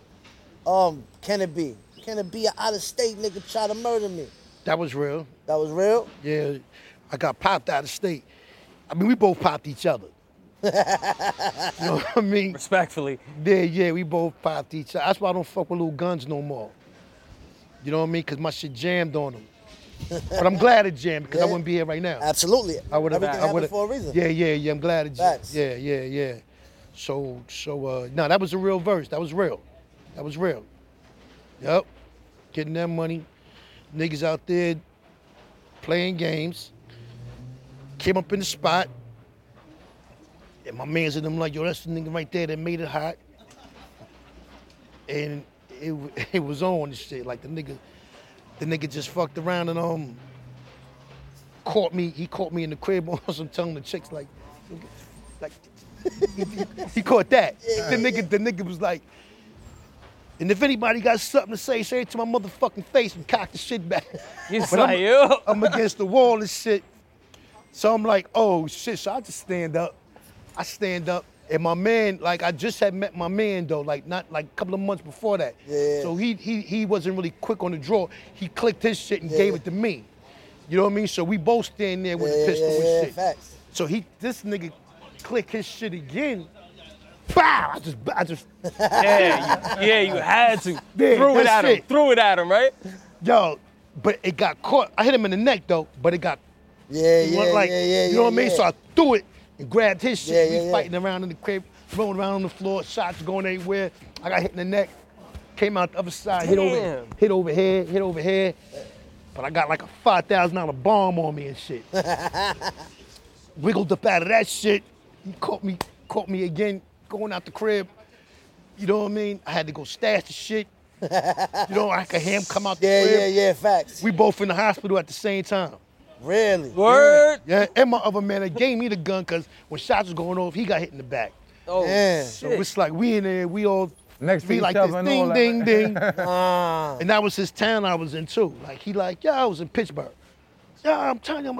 S2: um, can it be? Can it be an out of state nigga try to murder me?
S3: That was real.
S2: That was real?
S3: Yeah. I got popped out of state. I mean, we both popped each other. you know what I mean?
S4: Respectfully.
S3: Yeah, yeah, we both popped each other. That's why I don't fuck with little guns no more. You know what I mean? Because my shit jammed on him. But I'm glad it jammed because I
S2: Yeah.
S3: wouldn't be here right now.
S2: Absolutely.
S3: I would have.
S2: Everything
S3: I would
S2: happened for a reason.
S3: Yeah, yeah, yeah. I'm glad it
S2: Facts.
S3: jammed. Yeah, yeah, yeah. So, so, uh, no, that was a real verse. That was real. That was real. Yep. Getting that money. Niggas out there playing games. Came up in the spot. And my man's in them like, yo, that's the nigga right there that made it hot. And it, w- it was on and shit. Like the nigga, the nigga just fucked around and um caught me. He caught me in the crib on some tongue the chicks like, like he, he caught that. The nigga, the nigga was like, and if anybody got something to say, say it to my motherfucking face and cock the shit back.
S4: He's
S3: But
S4: like,
S3: I'm,
S4: yo.
S3: I'm against the wall and shit. So I'm like, oh shit. So I just stand up. I stand up. And my man, like I just had met my man though, like not like a couple of months before that.
S2: Yeah.
S3: So he he he wasn't really quick on the draw. He clicked his shit and gave it to me. You know what I mean? So we both stand there with
S2: Yeah,
S3: a pistol
S2: yeah,
S3: and
S2: yeah,
S3: Oh, shit.
S2: facts.
S3: So he this nigga click his shit again. Bow! I just I just
S4: Yeah, you, yeah, you had to.
S3: Yeah,
S4: Threw it
S3: that's
S4: at him.
S3: it.
S4: Threw it at him, right?
S3: yo, but it got caught. I hit him in the neck though, but it got
S2: Yeah,
S3: It
S2: yeah,
S3: went like,
S2: yeah, yeah.
S3: you know what
S2: yeah,
S3: I mean?
S2: yeah.
S3: So I threw it and grabbed his shit.
S2: Yeah, yeah,
S3: we
S2: yeah.
S3: fighting around in the crib, rolling around on the floor, shots going everywhere. I got hit in the neck, came out the other side, hit over,
S4: Damn.
S3: hit over here, hit over here. But I got like a five thousand dollar bomb on me and shit. Wiggled up out of that shit. He caught me, caught me again, going out the crib. You know what I mean? I had to go stash the shit. you know, I could hear him come out the
S2: yeah,
S3: crib.
S2: yeah, yeah, facts.
S3: We both in the hospital at the same time.
S2: really?
S4: Word.
S3: Yeah, and my other man that gave me the gun because when shots was going off, he got hit in the back.
S4: Oh,
S2: Yeah.
S3: So
S4: shit.
S3: it's like we in there, we all
S5: Next to
S3: we
S5: each
S3: like
S5: other
S3: this,
S5: and all
S3: ding,
S5: that.
S3: ding, ding.
S2: Ah,
S3: and that was his town I was in too. Like he like, yeah, I was in Pittsburgh. Yeah, I'm telling you, I'm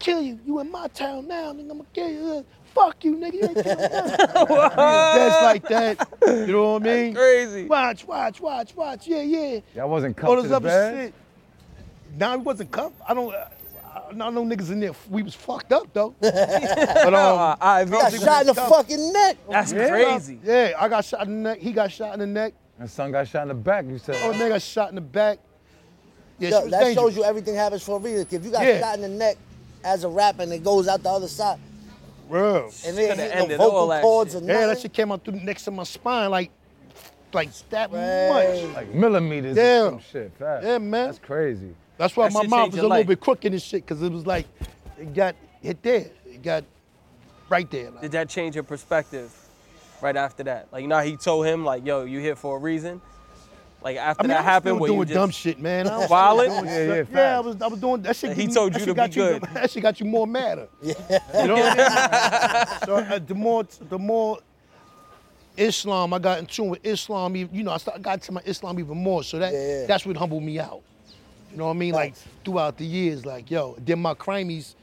S3: kill you. You in my town now, nigga. I'm gonna kill you. Uh, Fuck you, nigga. You ain't killing nothing. That's like that. You know what I mean?
S4: Crazy.
S3: Watch, watch, watch, watch. Yeah, yeah.
S5: Y'all wasn't
S3: All
S5: cuffed to
S3: this
S5: the
S3: other
S5: bed.
S3: shit. Nah, we wasn't cuffed. I don't. I I don't know niggas in there. We was fucked up though. but um,
S4: I
S2: got shot in the fucking neck.
S4: That's crazy.
S3: yeah, I got shot in the neck. He got shot in the neck.
S5: And son got shot in the back. You said,
S3: Oh, nigga got shot in the back. Yeah,
S2: Yo,
S3: she was
S2: that
S3: dangerous.
S2: shows you everything happens for a reason. If you got
S3: Yeah.
S2: shot in the neck as a rapper and it goes out the other side,
S3: Real.
S2: and they ain't
S4: Coulda
S2: hit no
S4: ended all
S2: vocal
S4: that
S2: cords
S4: shit.
S2: or nothing.
S3: Yeah, that shit came out through the next to my spine, like, like that
S2: Right.
S3: much.
S5: like millimeters
S3: Yeah.
S5: or some shit. Facts.
S3: Yeah, man.
S5: That's crazy.
S3: That's why
S4: That
S3: my
S4: shit
S3: mouth
S4: changed
S3: was
S4: your
S3: a little
S4: life.
S3: bit crooked and shit, cause it was like, it got hit there, it got right there. like.
S4: Did that change your perspective right after that? Like now he told him like, yo, you here for a reason. Like after
S3: I mean,
S4: that
S3: I was
S4: happened,
S3: still
S4: where
S3: doing
S4: you just
S3: dumb shit, man. I was
S4: Violent?
S3: still doing
S5: Yeah, yeah,
S3: stuff.
S5: facts.
S3: I was, I was doing that shit.
S4: He
S3: gave me-
S4: told you
S3: that shit
S4: to
S3: got
S4: be
S3: you-
S4: good.
S3: That shit got you more madder. You know what I mean? So uh, the more, the more Islam I got in tune with Islam, e, you you know, I, start, I got into my Islam even more. So that
S2: Yeah, yeah.
S3: that's what humbled me out. You know what I mean? Like throughout the years, like yo, then my crimies,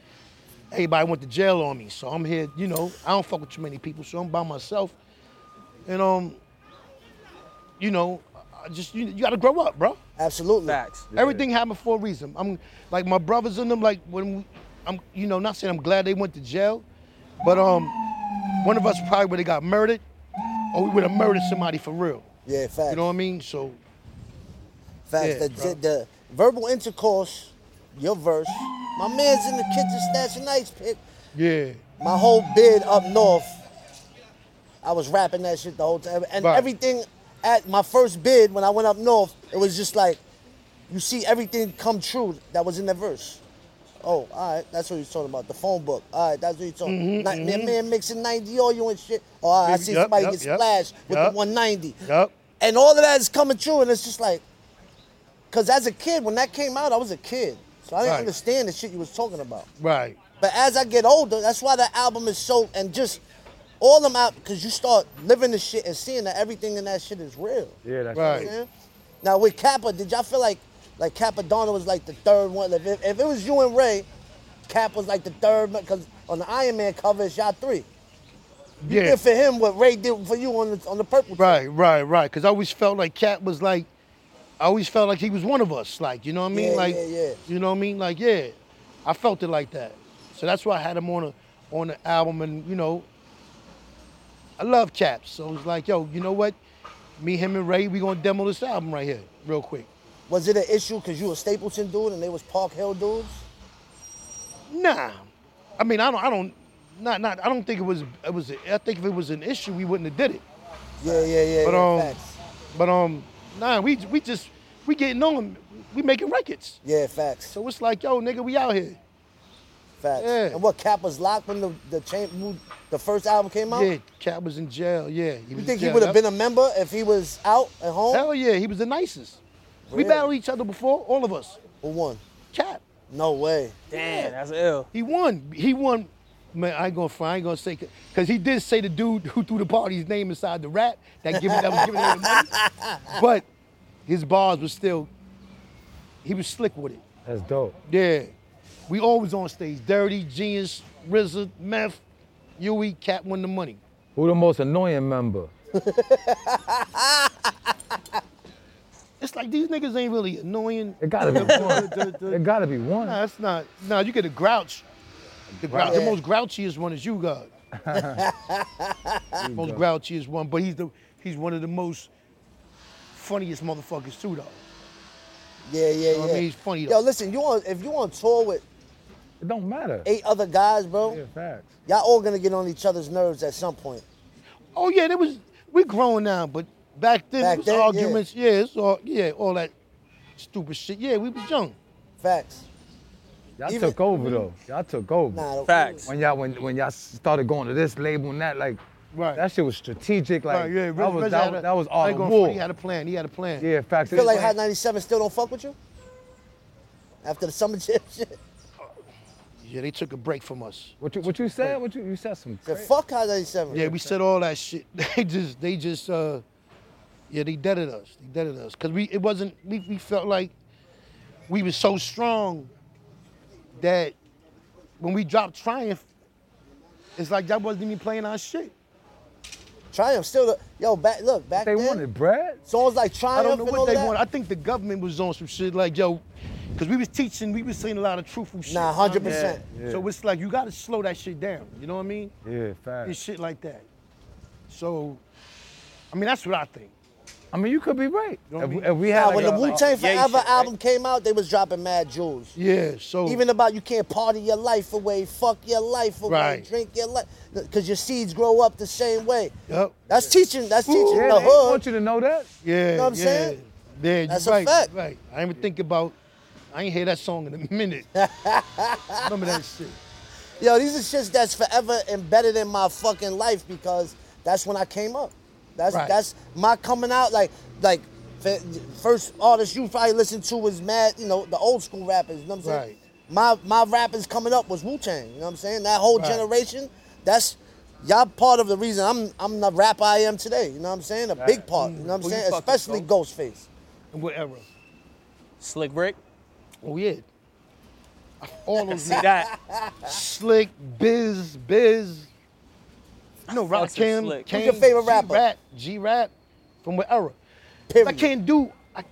S3: everybody went to jail on me. So I'm here, you know, I don't fuck with too many people, so I'm by myself. And um, you know, I just you, you gotta grow up, bro.
S2: Absolutely.
S4: facts.
S3: Everything happened for a reason. I'm like my brothers and them. Like when we, I'm, you know, not saying I'm glad they went to jail, but um, one of us probably would have got murdered, or we would have murdered somebody for real.
S2: Yeah, facts.
S3: You know what I mean? So
S2: Facts.
S3: Yeah,
S2: the,
S3: bro.
S2: the verbal intercourse, your verse. My man's in the kitchen snatching ice pick.
S3: yeah,
S2: My whole bid up north, I was rapping that shit the whole time. And
S3: Right.
S2: everything at my first bid when I went up north, it was just like, you see everything come true that was in that verse. Oh, all right, that's what he's talking about. The phone book. All right, that's what he's talking about. Ni- that man mixing 90 audio and shit. Oh, all right, I see
S3: Mm-hmm, Yup,
S2: somebody
S3: yup,
S2: get
S3: yup,
S2: splashed with
S3: yup.
S2: the 190
S3: yup,
S2: and all of that is coming true and it's just like because as a kid when that came out i was a kid So I didn't
S7: Right.
S2: understand the shit you was talking about.
S7: Right.
S2: But as I get older, that's why the album is so and just all them out because you start living the shit and seeing that everything in that shit is real. You
S5: Yeah, that's
S2: know what I'm
S5: right.
S2: saying? Now with Kappa, did y'all feel like like Cappadonna was like the third one? Like, if, if it was you and Ray, Cap was like the third because on the Iron Man cover it's y'all three. You
S3: Yeah.
S2: did for him what Ray did for you on the on the purple.
S3: Right, right, right. Because I always felt like Cat was like, I always felt like he was one of us. Like, you know what I mean?
S2: Yeah,
S3: like,
S2: yeah, yeah.
S3: you know what I mean? Like, yeah, I felt it like that. So that's why I had him on a, on the album, and you know, I love Cap. So it was like, yo, you know what? Me, him, and Ray, we gonna demo this album right here, real quick.
S2: Was it an issue because you a Stapleton dude and they was Park Hill dudes?
S3: Nah, I mean, I don't, I don't, not, not, I don't think it was, it was. I think if it was an issue, we wouldn't have did it.
S2: Yeah, yeah, yeah.
S3: But
S2: yeah,
S3: um,
S2: facts.
S3: but um, nah, we we just we getting on. We making records.
S2: Yeah, facts.
S3: So it's like, yo, nigga, we out here.
S2: Facts.
S3: Yeah.
S2: And what Cap was locked when the the, cha- when the first album came out?
S3: Yeah, Cat was in jail. Yeah, he
S2: You think he would have been a member if he was out at home?
S3: Hell yeah, he was the nicest. We
S2: Really?
S3: battled each other before, all of us.
S2: Who won?
S3: Cap.
S2: No way.
S4: Damn, that's ill.
S3: He won. He won. Man, I ain't gonna find. I ain't gonna say because he did say the dude who threw the party's name inside the rap that giving that was giving him the money, but his bars was still. He was slick with it.
S5: That's dope.
S3: Yeah. We always on stage. Dirty, Genius, RZA, Meth, Yui, Cat won the money.
S5: Who the most annoying member?
S3: It's like these niggas ain't really annoying.
S5: It gotta be one. It gotta be one.
S3: Nah, that's not. Nah, you get a grouch. The, grou-
S5: Right.
S3: the most grouchiest one is you, God. most grouchiest one, but he's the he's one of the most funniest motherfuckers too, though.
S2: Yeah, yeah,
S3: know
S2: yeah.
S3: what I mean? He's funny,
S2: Yo,
S3: though.
S2: listen, you on if you on tour with
S5: It don't matter.
S2: eight other guys, bro,
S5: Yeah, facts.
S2: y'all all gonna get on each other's nerves at some point.
S3: Oh yeah, there was we grown now, but back then
S2: Back
S3: it was
S2: then, yeah.
S3: arguments. Yeah. it's all yeah, all that stupid shit. Yeah, we was young.
S2: Facts.
S5: Y'all
S2: Even-
S5: took over though. Y'all took over.
S2: Nah, don't-
S4: Facts.
S5: When y'all when when y'all started going to this label and that, like
S3: Right.
S5: that shit was strategic. Like
S3: right, yeah,
S5: that,
S3: Reggie-
S5: was,
S3: Reggie
S5: that,
S3: had
S5: was-
S3: a-
S5: that was
S3: I
S5: all
S3: ain't gonna front, He
S5: war.
S3: had a plan. He had a plan.
S5: Yeah, facts.
S2: Feel like
S5: It-
S2: Hot 97 still don't fuck with you? After the summer jam shit?
S3: Yeah, they took a break from us.
S5: what you what you said? What you you said some
S2: Said,
S5: cra-
S2: fuck Hot 97.
S3: Yeah, we said all that shit. They just, they just, uh, yeah, they deaded us. They deaded us because we, it wasn't. We, we felt like we was so strong that when we dropped Triumph, it's like y'all wasn't even playing our shit.
S2: Triumph still, the, yo, back, look, back
S5: They
S2: then,
S5: wanted bread.
S2: songs like
S3: I
S2: Triumph
S3: don't know
S2: and
S3: what
S2: all
S3: they
S2: that.
S3: wanted. I think the government was on some shit like yo, because we was teaching, we was saying a lot of truthful shit.
S2: Nah,
S3: you know what I mean?
S2: 100%.
S5: Yeah.
S3: So it's like you gotta slow that shit down. You know what I mean?
S5: Yeah,
S3: and
S5: facts.
S3: shit like that. So, I mean, that's what I think.
S5: I mean, you could be right.
S3: know what
S5: if,
S3: I mean?
S5: if we had
S2: Nah,
S5: like,
S2: when
S5: a-
S2: the Wu Tang
S4: like, yeah, you
S2: Forever
S4: shit, right?
S2: album came out, they was dropping mad jewels.
S3: Yeah. So
S2: Even about you can't party your life away, fuck your life away,
S3: Right.
S2: drink your life, because your seeds grow up the same way.
S3: Yup.
S2: That's teaching. That's teaching
S5: yeah,
S2: the
S5: they
S2: hood.
S5: want you to know that.
S3: yeah,
S2: know what I'm
S3: yeah,
S2: saying?
S3: Yeah, you
S2: That's a
S3: right,
S2: fact.
S3: Right. I ain't even think about. I ain't hear that song in a minute. Remember that shit.
S2: Yo, these are shits that's forever embedded in my fucking life because that's when I came up. That's
S3: Right.
S2: that's my coming out. Like like f- first artist you probably listened to was mad. You know the old school rappers. You know what I'm saying?
S3: Right.
S2: My my rappers coming up was Wu Tang. You know what I'm saying? That whole
S3: Right.
S2: generation. That's y'all part of the reason I'm I'm the rapper I am today. You know what I'm saying? A big part. You know what I'm
S3: Well, Mm. you
S2: saying?
S3: fucking
S2: Especially Ghostface.
S3: And whatever.
S4: Slick Rick.
S3: Oh yeah. All those
S4: See that?
S3: slick biz biz. You know, Rock
S4: Fucking
S3: Kim,
S4: Slick.
S2: Who's your favorite rapper?
S3: Rap, G Rap, from what era? I
S2: Period.
S3: can't do. I,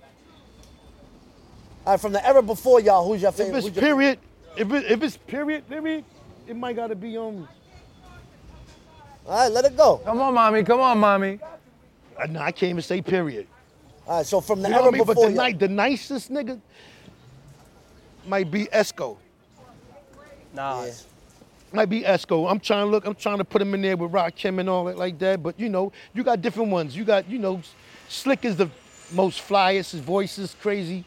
S2: All right, from the era before y'all, who's your
S3: if
S2: favorite?
S3: it's
S2: who's your-
S3: period, if, it, if it's period, period, it might gotta be um.
S2: All right, let it go.
S5: Come on, mommy. Come on, mommy.
S3: I, no, uh, I can't even say period.
S2: All right, so from the
S3: You know what
S2: era
S3: I mean? But
S2: before
S3: the,
S2: y'all.
S3: ni- the nicest nigga might be Esco.
S4: Nah.
S3: Might be Esco. I'm trying to look, I'm trying to put him in there with Rakim and all that like that. But you know, you got different ones. You got, you know, Slick is the most flyest, his voice is crazy.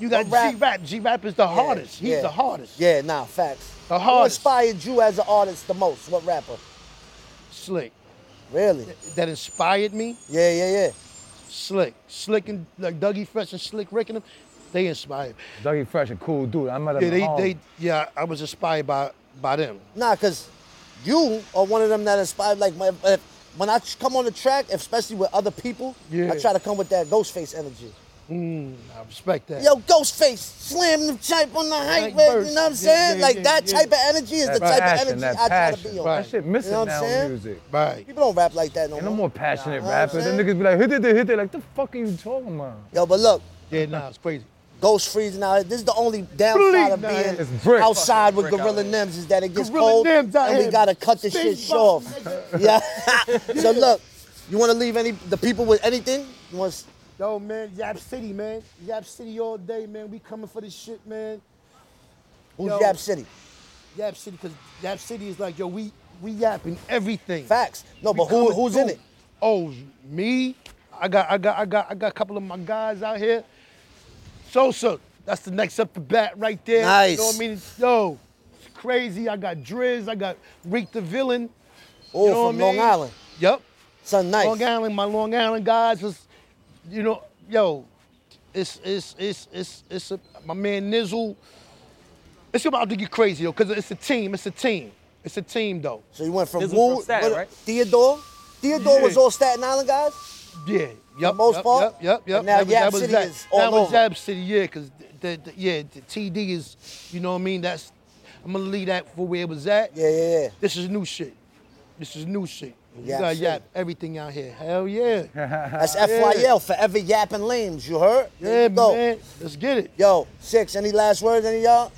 S3: You got
S2: The rap-
S3: G-Rap. G-Rap is the hardest. He's
S2: yeah.
S3: the hardest.
S2: Yeah, nah, facts.
S3: The hardest.
S2: Who inspired you as an artist the most? What rapper?
S3: Slick.
S2: Really?
S3: That inspired me.
S2: Yeah, yeah, yeah.
S3: Slick. Slick and like Dougie Fresh and Slick Rick and them. They inspired.
S5: Dougie Fresh, a cool dude. I met him
S3: Yeah,
S5: at
S3: they,
S5: home.
S3: they, yeah, I was inspired by by them.
S2: Nah, cause you are one of them that inspired. Like my, if, when I come on the track, especially with other people,
S3: Yeah.
S2: I try to come with that Ghostface energy.
S3: Mm, I respect that.
S2: Yo, Ghostface, slam the type on the hype,
S3: Like
S2: man.
S3: verse.
S2: You know what I'm
S3: Yeah,
S2: saying?
S3: yeah,
S2: like
S3: yeah,
S2: that
S3: yeah.
S2: type of energy is the
S5: That
S2: type
S5: passion,
S2: of energy
S5: that
S2: I try to
S5: passion.
S2: be on.
S5: That shit missing
S2: you know what
S5: now
S2: I'm
S5: in
S2: saying?
S5: music.
S3: Right.
S2: People don't rap like that no
S5: And
S2: more.
S5: I'm more passionate
S2: Nah,
S5: rappers.
S2: man.
S5: Them niggas be like, hit it, hit it. Like, the fuck are you talking about?
S2: Yo, but look,
S3: Yeah, nah, it's crazy.
S2: Ghost freezing out. This is the only downside of
S5: Nah, it's
S2: being
S5: brick.
S2: outside with
S4: Fucking brick
S2: Gorilla
S4: out
S2: Nims is that it gets
S3: Gorilla
S2: cold
S3: Nims out
S2: and we
S3: here.
S2: gotta cut this shit
S3: Space
S2: short. Yeah. so look, you wanna leave any the people with anything? You want
S3: Yo, man, Yap City, man. Yap City all day, man. We coming for this shit, man.
S2: who's
S3: Yo.
S2: Yap City?
S3: Yap City, because Yap City is like, yo, we we yapping everything.
S2: Facts. No,
S3: We
S2: but who
S3: coming
S2: who's in
S3: through.
S2: it?
S3: Oh, me. I got I got I got I got a couple of my guys out here. Sosa, that's the next up the bat right there. You know
S2: Nice.
S3: what I mean? Yo, it's crazy. I got Driz, I got Reek the Villain.
S2: Oh,
S3: you know
S2: from
S3: what I
S2: Long
S3: mean?
S2: Island.
S3: Yep.
S2: Son nice.
S3: Long Island, my Long Island guys was, you know, yo, it's it's it's it's it's a, my man Nizzle. It's about to get crazy though, cause it's a team. It's a team. It's a team though.
S2: So you went from,
S4: This was from
S2: Wood-
S4: Staten,
S2: what-
S4: right?
S2: Theodore? Theodore was
S3: Yeah.
S2: all Staten Island guys?
S3: Yeah. Yep.
S2: most
S3: yep,
S2: part?
S3: Yep. Yep. yep.
S2: And now
S3: That was-
S2: Yap
S3: that was
S2: City
S3: that-
S2: is all
S3: That was
S2: over.
S3: Yab City, yeah, cause the, the, yeah, the TD is, you know what I mean. That's, I'm gonna leave that for where it was at.
S2: Yeah, yeah, yeah.
S3: This is new shit. This is new shit. You
S2: Yap
S3: got
S2: City.
S3: yap everything out here. Hell Ah, yeah.
S2: That's FYL, forever yapping lames, you heard? There
S3: yeah,
S2: you go.
S3: man. Let's get it.
S2: Yo, Six, any last words, any of y'all?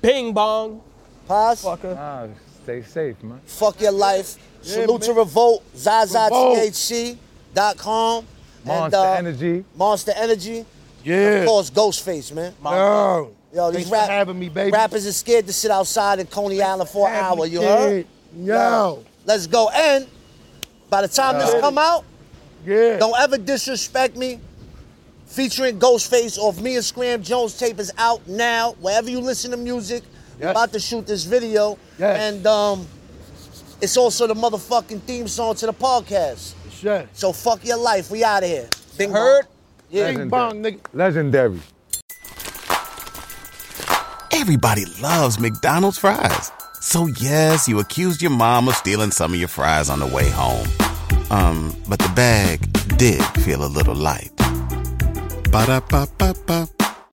S4: Bing bong,
S2: Pause.
S4: fucker.
S5: Nah, stay safe, man.
S2: Fuck your life. Salute to Revolt, ZazaTHC.com.
S5: Monster
S2: uh,
S5: Energy.
S2: Monster Energy.
S3: Yeah.
S2: Of course, Ghostface, man.
S3: Yo,
S2: Yo, these
S3: thanks
S2: rap-
S3: for having me, baby.
S2: rappers are scared to sit outside in Coney Island for an
S3: Having
S2: hour,
S3: me,
S2: you
S3: kid.
S2: heard?
S3: Yo.
S2: Let's go. And by the time this come out,
S3: Yeah.
S2: don't ever disrespect me. Featuring Ghostface off me and Scram Jones tape is out now. Wherever you listen to music, we're
S3: Yes.
S2: about to shoot this video.
S3: Yes.
S2: And um, it's also the motherfucking theme song to the podcast.
S3: Shit.
S2: So fuck your life. We out of here. Bing bong.
S4: Heard?
S2: Yeah.
S3: Bing bong, nigga.
S5: Legendary.
S1: Everybody loves McDonald's fries. So yes, you accused your mom of stealing some of your fries on the way home. Um, but the bag did feel a little light. Ba-da-ba-ba-ba.